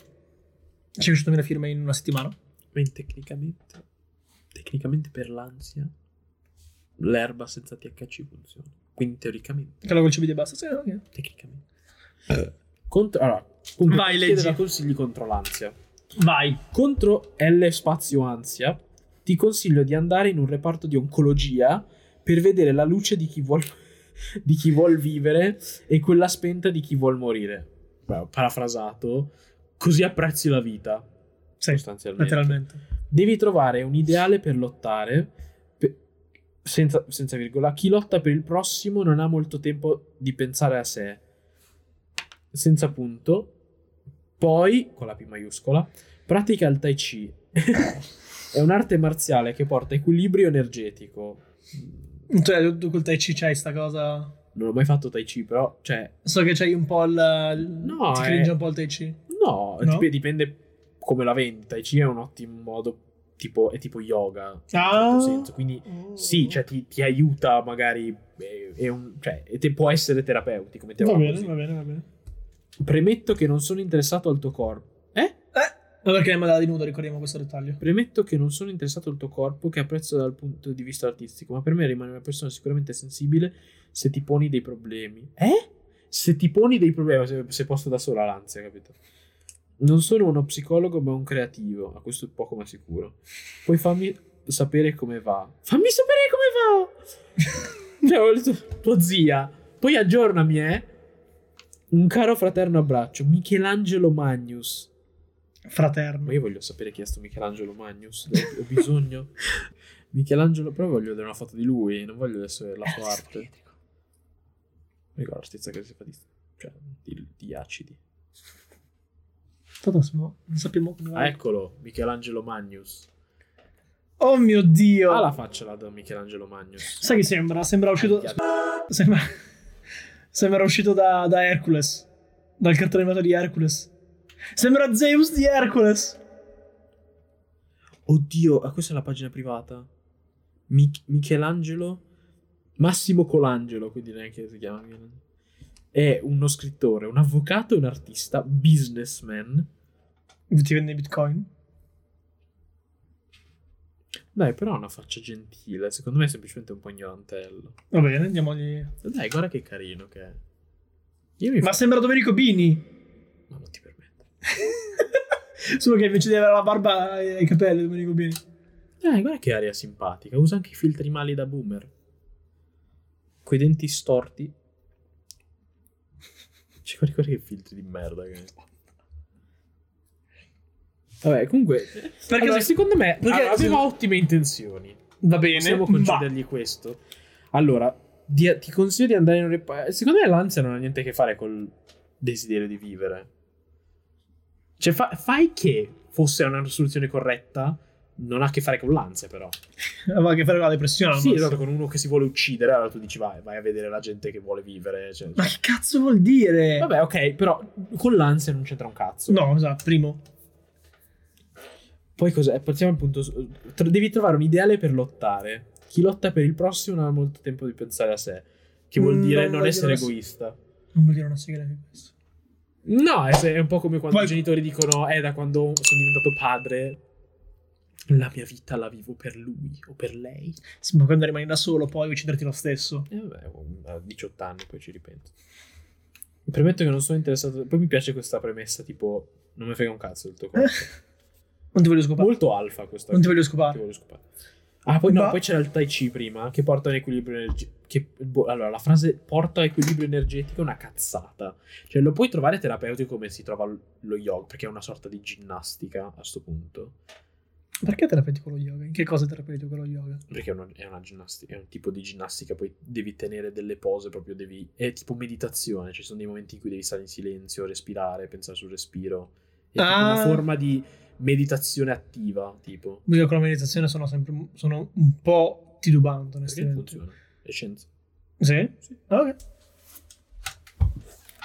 S2: Ci è 100.000 firme in una settimana.
S1: Quindi tecnicamente... Tecnicamente per l'ansia l'erba senza THC funziona. Quindi teoricamente.
S2: Che la col CBD e basta. Sì, ok.
S1: Tecnicamente. Eh. Contro... Allora, comunque,
S2: Vai,
S1: chiedere
S2: leggi.
S1: a consigli contro l'ansia.
S2: Vai.
S1: Contro L spazio ansia, ti consiglio di andare in un reparto di oncologia per vedere la luce di chi vuol, di chi vuol vivere e quella spenta di chi vuol morire. Beh, parafrasato, così apprezzi la vita,
S2: Sì,
S1: sostanzialmente.
S2: letteralmente.
S1: Devi trovare un ideale per lottare. pe- senza, senza virgola, chi lotta per il prossimo non ha molto tempo di pensare a sé. Senza punto. Poi, con la P maiuscola, pratica il Tai Chi. È un'arte marziale che porta equilibrio energetico.
S2: Cioè, tu- tu col Tai Chi c'hai sta cosa.
S1: Non ho mai fatto Tai Chi, però, cioè,
S2: So che c'hai un po' il. il-
S1: No,
S2: Ti
S1: è-
S2: cringe un po' il Tai Chi.
S1: no,
S2: No?
S1: dip- dipende come la vendi. Tai Chi è un ottimo modo, tipo, è tipo yoga, in un certo
S2: Ah.
S1: senso. Quindi
S2: Mm.
S1: Sì, cioè ti, ti aiuta magari, eh, è un- cioè, e te- può essere terapeutico.
S2: Va
S1: mettiamola
S2: bene,
S1: così.
S2: va bene, va bene.
S1: Premetto che non sono interessato al tuo corpo. Eh?
S2: Eh, ma perché mi dà di nudo, ricordiamo questo dettaglio.
S1: Premetto che non sono interessato al tuo corpo, che apprezzo dal punto di vista artistico, ma per me rimane una persona sicuramente sensibile se ti poni dei problemi. Eh? Se ti poni dei problemi, se, se posso da sola l'ansia, capito? Non sono uno psicologo, ma un creativo, a questo poco ma sicuro. Poi fammi sapere come va. Fammi sapere come va! cioè, ho detto, tua zia. Poi aggiornami, eh? Un caro fraterno abbraccio, Michelangelo Magnus.
S2: Fraterno.
S1: Ma io voglio sapere chi è sto Michelangelo Magnus. dai, Ho bisogno. Michelangelo, però voglio vedere una foto di lui. Non voglio adesso vedere la sua arte. Ricordo l'artista che si fa di, cioè, di, di acidi.
S2: Tanto adesso non sappiamo come va.
S1: Ah, eccolo, Michelangelo Magnus.
S2: Oh mio dio.
S1: Ha la faccia là da Michelangelo Magnus.
S2: Sai che sembra? Sembra uscito.
S1: Minchia.
S2: Sembra, sembra uscito da, da Hercules. Dal cartone animato di Hercules. Sembra Zeus di Hercules.
S1: Oddio, ah, questa è la pagina privata. Mi- Michelangelo Massimo Colangelo, quindi neanche si chiama Michelangelo. È uno scrittore, un avvocato e un artista, businessman.
S2: Ti vende i bitcoin?
S1: Dai, però ha una faccia gentile. Secondo me è semplicemente un po' ignorantello.
S2: Va bene, andiamogli.
S1: Dai, guarda che carino che è. Io mi
S2: Ma
S1: fa-
S2: sembra Domenico Bini.
S1: Ma non ti permetto.
S2: Solo che invece di avere la barba e i capelli, Domenico Bini.
S1: Dai, guarda che aria simpatica. Usa anche i filtri mali da boomer. Quei denti storti. Cioè, guarda, guarda che filtri di merda che... Vabbè, comunque... Perché
S2: Allora,
S1: secondo me ah,
S2: perché-
S1: a- aveva ottime intenzioni.
S2: Va bene.
S1: Possiamo
S2: va.
S1: concedergli questo. Allora, di- ti consiglio di andare in un reparto... Secondo me l'ansia non ha niente a che fare col desiderio di vivere. Cioè, fa- fai che fosse una soluzione corretta, non ha a che fare con l'ansia, però.
S2: Aveva a Ah, che fare con la depressione. al
S1: sì,
S2: massimo.
S1: esatto, con uno che si vuole uccidere, allora tu dici vai, vai a vedere la gente che vuole vivere. Cioè,
S2: Ma che cazzo vuol dire?
S1: Vabbè, ok, però con l'ansia non c'entra un cazzo.
S2: No, esatto, primo.
S1: Poi cos'è? Partiamo al punto. s- tro- Devi trovare un ideale per lottare. Chi lotta per il prossimo non ha molto tempo di pensare a sé. Che vuol
S2: Non
S1: dire Mm, non,
S2: voglio
S1: essere
S2: ass-
S1: egoista.
S2: Non vuol dire una sigla che questo.
S1: No, è se- è un po' come quando
S2: Poi-
S1: i genitori dicono: Eh, da quando sono diventato padre, la mia vita la vivo per lui o per lei.
S2: Sì, ma quando rimani da solo poi vuoi ucciderti lo stesso.
S1: E Eh, vabbè, a 18 anni poi ci ripenso. Mi Premetto che non sono interessato. Poi mi piace questa premessa: tipo, non mi frega un cazzo del tuo corpo.
S2: Non ti voglio scopare.
S1: Molto alfa questa
S2: Non ti voglio
S1: Ti
S2: scopare.
S1: voglio scopare. Ah, poi, no,
S2: Ma-
S1: poi c'era il Tai Chi prima che porta un equilibrio energetico. allora, la frase porta equilibrio energetico è una cazzata. Cioè, lo puoi trovare terapeutico come si trova l- lo yoga, perché è una sorta di ginnastica a sto punto.
S2: Perché è terapeutico lo yoga? In che cosa è terapeutico lo yoga?
S1: Perché è una, è una ginnastica, è un tipo di ginnastica, poi devi tenere delle pose, proprio devi... È tipo meditazione, ci sono dei momenti in cui devi stare in silenzio, respirare, pensare sul respiro. È tipo una
S2: Ah.
S1: forma di meditazione attiva, tipo.
S2: Io con la meditazione sono sempre sono un po'
S1: Perché
S2: titubante, onestamente.
S1: funziona? È scienza.
S2: Sì?
S1: Sì.
S2: Ah, ok.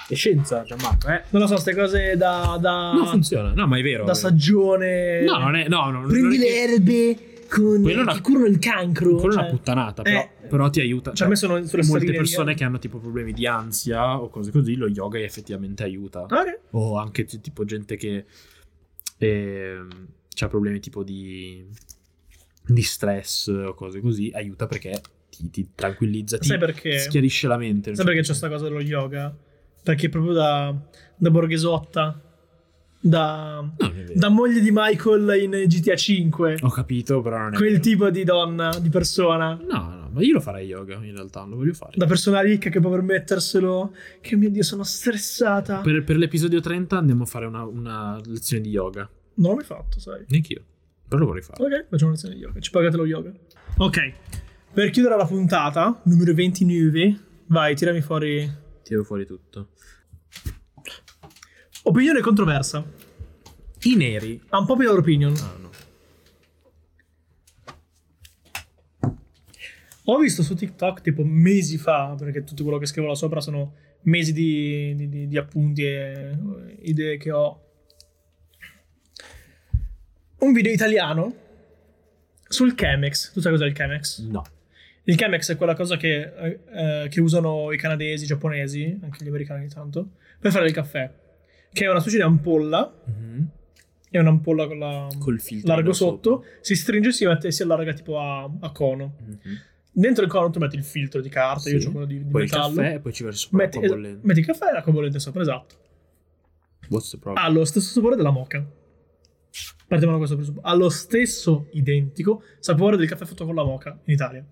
S1: È scienza, Gianmarco, eh?
S2: Non lo so, queste cose da, da,
S1: No, funziona. No, ma è vero.
S2: da saggione.
S1: No, non è. No, no, non-
S2: Prendi
S1: non
S2: le erbe con,
S1: Quello è una-
S2: che curano il cancro.
S1: Quella è una
S2: cioè.
S1: puttanata, però,
S2: Eh.
S1: però ti aiuta.
S2: Cioè, a me sono sulle
S1: molte
S2: stradine,
S1: persone
S2: eh.
S1: che hanno tipo problemi di ansia o cose così, lo yoga effettivamente aiuta.
S2: Ah, Ok.
S1: O anche t- tipo gente che ehm, ha problemi tipo di, di stress o cose così, aiuta perché ti, ti tranquillizza, ti
S2: Sai perché?
S1: schiarisce la mente.
S2: Sai perché c'è sta cosa dello yoga? Perché proprio da, da Borghesotta, da, da moglie di Michael in GTA 5,
S1: Ho capito, però Oh, non è.
S2: quel
S1: vero.
S2: tipo di donna, di persona,
S1: No, no, ma io lo farei yoga in realtà, lo voglio fare.
S2: da persona ricca che può permetterselo, che mio Dio sono stressata.
S1: Per, per l'episodio 30 andiamo a fare una, una lezione di yoga.
S2: Non l'ho mai fatto, sai.
S1: Neanch'io. Però lo vorrei fare.
S2: Ok, facciamo una lezione di yoga, ci pagate lo yoga. Ok, per chiudere la puntata, numero 29, vai, tirami fuori
S1: Tiro fuori tutto.
S2: opinione controversa.
S1: I neri.
S2: Unpopular opinion.
S1: Ah, no.
S2: Ho visto su TikTok tipo mesi fa, perché tutto quello che scrivo là sopra sono mesi di, di- di- di appunti e eh, idee che ho. Un video italiano sul Chemex. Tu sai cos'è il Chemex?
S1: No.
S2: Il Chemex è quella cosa che, eh, eh, che usano i canadesi, i giapponesi, anche gli americani ogni tanto, per fare il caffè. Che è una specie di ampolla, è un'ampolla con la...
S1: Mm-hmm. Col filtro.
S2: largo sotto, si stringe si mette, si allarga tipo a, a cono.
S1: Mhm.
S2: Dentro il cono tu metti il filtro di carta, io
S1: Sì.
S2: ho quello di, di
S1: Poi il
S2: metallo.
S1: caffè e poi ci verso sopra
S2: metti,
S1: l'acqua bollente.
S2: metti il caffè e l'acqua bollente sopra, esatto.
S1: What's the problem?
S2: Ha lo stesso sapore della moca. Partiamo da questo presupposto. Ha lo stesso identico sapore del caffè fatto con la moca in Italia.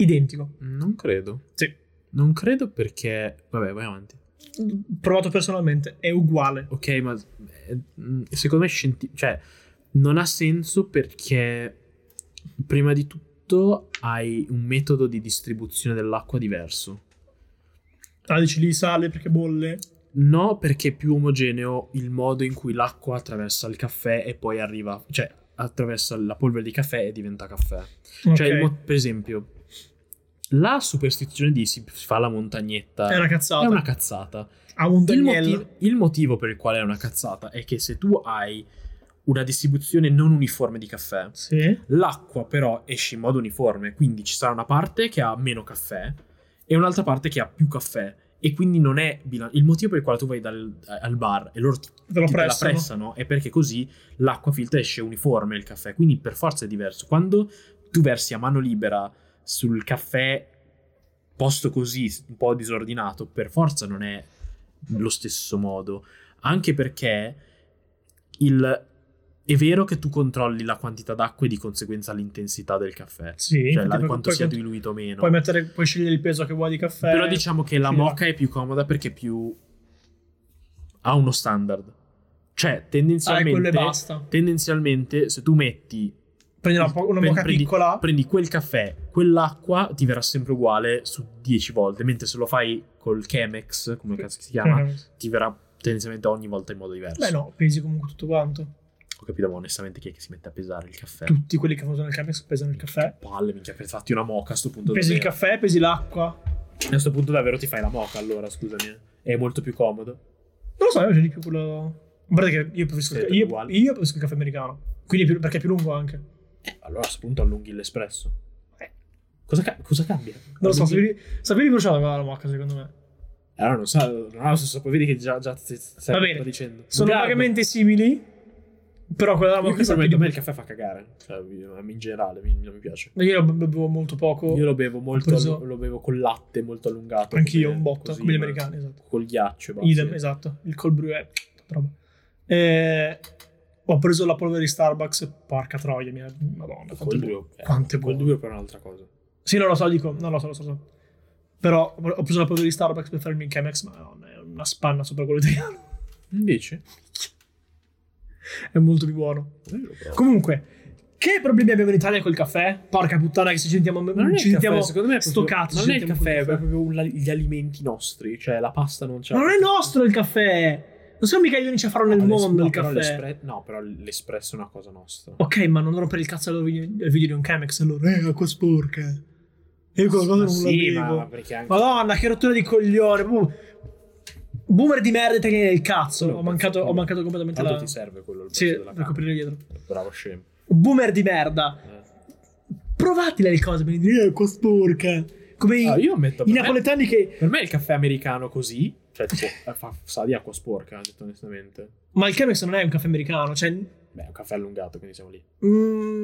S2: Identico.
S1: Non credo.
S2: Sì.
S1: Non credo perché... Vabbè, vai avanti.
S2: Provato personalmente, è uguale.
S1: Ok, ma eh, mm, secondo me scienti- cioè, non ha senso perché prima di tutto hai un metodo di distribuzione dell'acqua diverso.
S2: Ah, dici lì sale perché bolle.
S1: No, perché è più omogeneo il modo in cui l'acqua attraversa il caffè e poi arriva, cioè attraversa la polvere di caffè e diventa caffè. Cioè,
S2: Ok.
S1: il mo- per esempio, la superstizione di si si fa la montagnetta
S2: è una cazzata.
S1: è una cazzata.
S2: A
S1: Il,
S2: montagnella.
S1: motiv- il motivo per il quale è una cazzata è che se tu hai una distribuzione non uniforme di caffè,
S2: Sì.
S1: l'acqua però esce in modo uniforme, quindi ci sarà una parte che ha meno caffè e un'altra parte che ha più caffè. E quindi non è bilan- il motivo per il quale tu vai dal- al bar e loro ti,
S2: Te lo
S1: ti- te la
S2: prestano.
S1: prestano è perché così l'acqua filtra esce uniforme il caffè, quindi per forza è diverso. Quando tu versi a mano libera sul caffè posto così, un po' disordinato, per forza non è lo stesso modo. Anche perché il- è vero che tu controlli la quantità d'acqua e di conseguenza l'intensità del caffè,
S2: Sì,
S1: cioè
S2: infatti,
S1: la-
S2: poi-
S1: quanto
S2: poi
S1: sia
S2: cont-
S1: diluito o meno.
S2: Puoi, mettere, puoi scegliere il peso che vuoi di caffè.
S1: Però diciamo che la
S2: Sì,
S1: moca è più comoda perché è più ha uno standard. Cioè, tendenzialmente,
S2: Ah, quello e basta.
S1: tendenzialmente se tu metti
S2: Prendi una, po- una
S1: pre-
S2: moca
S1: prendi-
S2: piccola.
S1: Prendi quel caffè, quell'acqua ti verrà sempre uguale su 10 volte, mentre se lo fai col Chemex, come cazzo si chiama, ti verrà tendenzialmente ogni volta in modo diverso.
S2: Mhm. Eh, Beh, no, pesi comunque tutto quanto.
S1: Ho capito, ma onestamente chi è che si mette a pesare il caffè?
S2: Tutti quelli che fanno il Chemex pesano il caffè.
S1: Palle, minchia, per fatti una moca a sto punto.
S2: Pesi il
S1: davvero.
S2: caffè, pesi l'acqua. Non
S1: A questo punto davvero ti fai la moca, allora, scusami. eh. È molto più comodo.
S2: lo so, io piace di più quello. Guarda che io preferisco,
S1: Sì,
S2: il, ca- io,
S1: uguale.
S2: io preferisco il caffè americano. Quindi è più- perché è più lungo anche. Non
S1: Allora a questo punto allunghi l'espresso. Cosa, ca- cosa cambia?
S2: Eh. lo so,
S1: Allunghi-
S2: sapevi sapevi bruciata la mocca, secondo me.
S1: Allora non so, non ha lo stesso sapere che già, già ti stai
S2: Va bene.
S1: dicendo.
S2: Sono
S1: Bugiardo.
S2: vagamente simili. Però quella della
S1: Io
S2: mocca
S1: che
S2: sa più
S1: prometto,
S2: di
S1: a me il caffè fa cagare. Cioè, io- a me in generale mi- non mi piace.
S2: Io lo bevo molto poco.
S1: Io lo bevo molto,
S2: preso-
S1: lo bevo col latte molto allungato.
S2: Anch'io,
S1: come-
S2: un botto,
S1: così,
S2: come gli
S1: ma-
S2: americani, esatto.
S1: Col ghiaccio e basta.
S2: Idem, esatto. Il cold brew è tanta roba. Eh, ho preso la polvere di Starbucks. Porca troia, mia madonna. quanto
S1: Col
S2: è
S1: duro.
S2: buono. Quanto è
S1: col
S2: buono.
S1: duro per un'altra cosa.
S2: Sì, non lo so, dico, non lo so, lo so, lo so. Però ho preso la polvere di Starbucks per farmi il Chemex, ma no, è una spanna sopra quello italiano.
S1: Invece?
S2: È molto più buono. Comunque, che problemi abbiamo in Italia col caffè? Porca puttana che ci sentiamo...
S1: Ma non è
S2: ci
S1: il caffè,
S2: sentiamo
S1: secondo me è
S2: sto
S1: proprio,
S2: cazzo.
S1: ma
S2: ci
S1: non è il
S2: sentiamo col
S1: caffè, è proprio un- gli alimenti nostri, cioè la pasta non c'è.
S2: Ma non è nostro il caffè! Non siamo mica gli unici a farlo nel
S1: No, l'es-
S2: mondo
S1: no,
S2: il
S1: però
S2: caffè.
S1: l'espre- no, però l'espresso è una cosa nostra.
S2: Ok, ma non rompere il cazzo al video, al video di un Chemex allora. Eh, acqua sporca. Io quella cosa
S1: Ma
S2: non
S1: sì,
S2: la bevo.
S1: ma perché anche
S2: Madonna, che rottura di coglione. boom. Boomer di merda italiani del cazzo.
S1: Quello
S2: Ho mancato,
S1: cazzo.
S2: ho mancato completamente
S1: tanto
S2: la.
S1: ti serve quello il
S2: Sì,
S1: pezzo della
S2: per coprire dietro.
S1: camera. Bravo scemo.
S2: Boomer di merda.
S1: Eh.
S2: Provatele le cose per dire, eh, qua sporca. Come i,
S1: Ah, io ammetto
S2: i
S1: per me-
S2: napoletani che.
S1: Per me il caffè americano così, cioè tipo, eh, fa- sa di acqua sporca, detto onestamente.
S2: Ma il Chemex non è un caffè americano, cioè.
S1: Beh, è un caffè allungato, quindi siamo lì.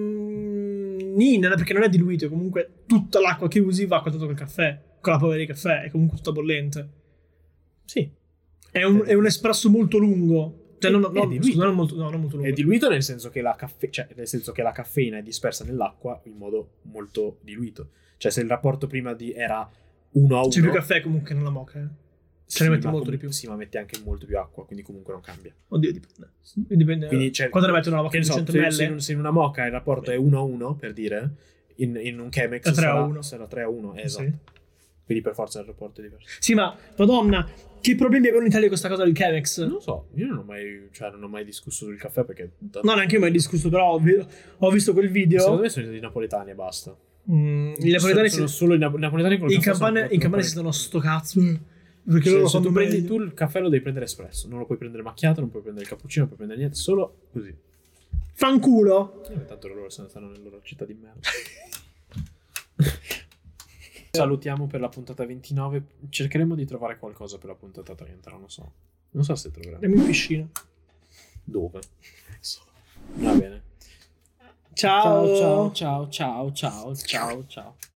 S2: Mm, nì, non è perché non è diluito. Comunque, tutta l'acqua che usi va contatto col caffè. Con la polvere di caffè. È comunque tutta bollente.
S1: Sì.
S2: È un, è un espresso molto lungo. Cioè,
S1: Eh. È-
S2: non,
S1: è
S2: no,
S1: diluito.
S2: scusa, non molto, no, non molto lungo.
S1: È diluito nel senso che la, caffe- cioè, nel senso che la caffeina è dispersa nell'acqua in modo molto diluito. Cioè, se il rapporto prima di era 1 a 1...
S2: C'è più caffè comunque nella moca. Eh.
S1: sì,
S2: se ne metti
S1: ma
S2: molto di più.
S1: Sì, ma metti anche molto più acqua, quindi comunque non cambia.
S2: Oddio, dipende. dipende.
S1: Quindi, cioè,
S2: Eh, Quando ne mettono una moca
S1: che
S2: di
S1: ne so,
S2: 100
S1: se-
S2: ml?
S1: se, in un- se in una moca il rapporto è 1 a 1, per dire, in, in un Chemex
S2: È Cioè, tre a
S1: sarà,
S2: uno.
S1: sarà 3 a 1, esatto.
S2: Sì.
S1: Quindi per forza il rapporto è diverso.
S2: Sì, ma madonna, che problemi avevano in Italia con questa cosa del Chemex?
S1: Non lo so, io non ho mai, cioè, non ho mai discusso sul caffè perché...
S2: No, neanche io mai discusso, però ho, vi- ho visto quel
S1: Secondo
S2: video.
S1: me sono i napoletani e basta.
S2: Mm, I napoletani
S1: sono, sono
S2: si-
S1: solo i nap- napoletani con il
S2: in
S1: caffè sono
S2: Campania, in
S1: proprio
S2: Campania si stanno sto cazzo. eh, Perché
S1: Cioè,
S2: loro
S1: se
S2: fanno
S1: tu prendi
S2: meglio.
S1: tu il caffè lo devi prendere espresso, non lo puoi prendere macchiato, non puoi prendere il cappuccino, non puoi prendere niente, solo così.
S2: Fanculo.
S1: Eh, tanto loro se ne stanno nella loro città di merda. Salutiamo per la puntata 29. Cercheremo di trovare qualcosa per la puntata 30, non lo so. Non so se troveremo.
S2: Andiamo in piscina.
S1: Dove? Va bene. ciao,
S2: Ciao.
S1: ciao, ciao, ciao, ciao.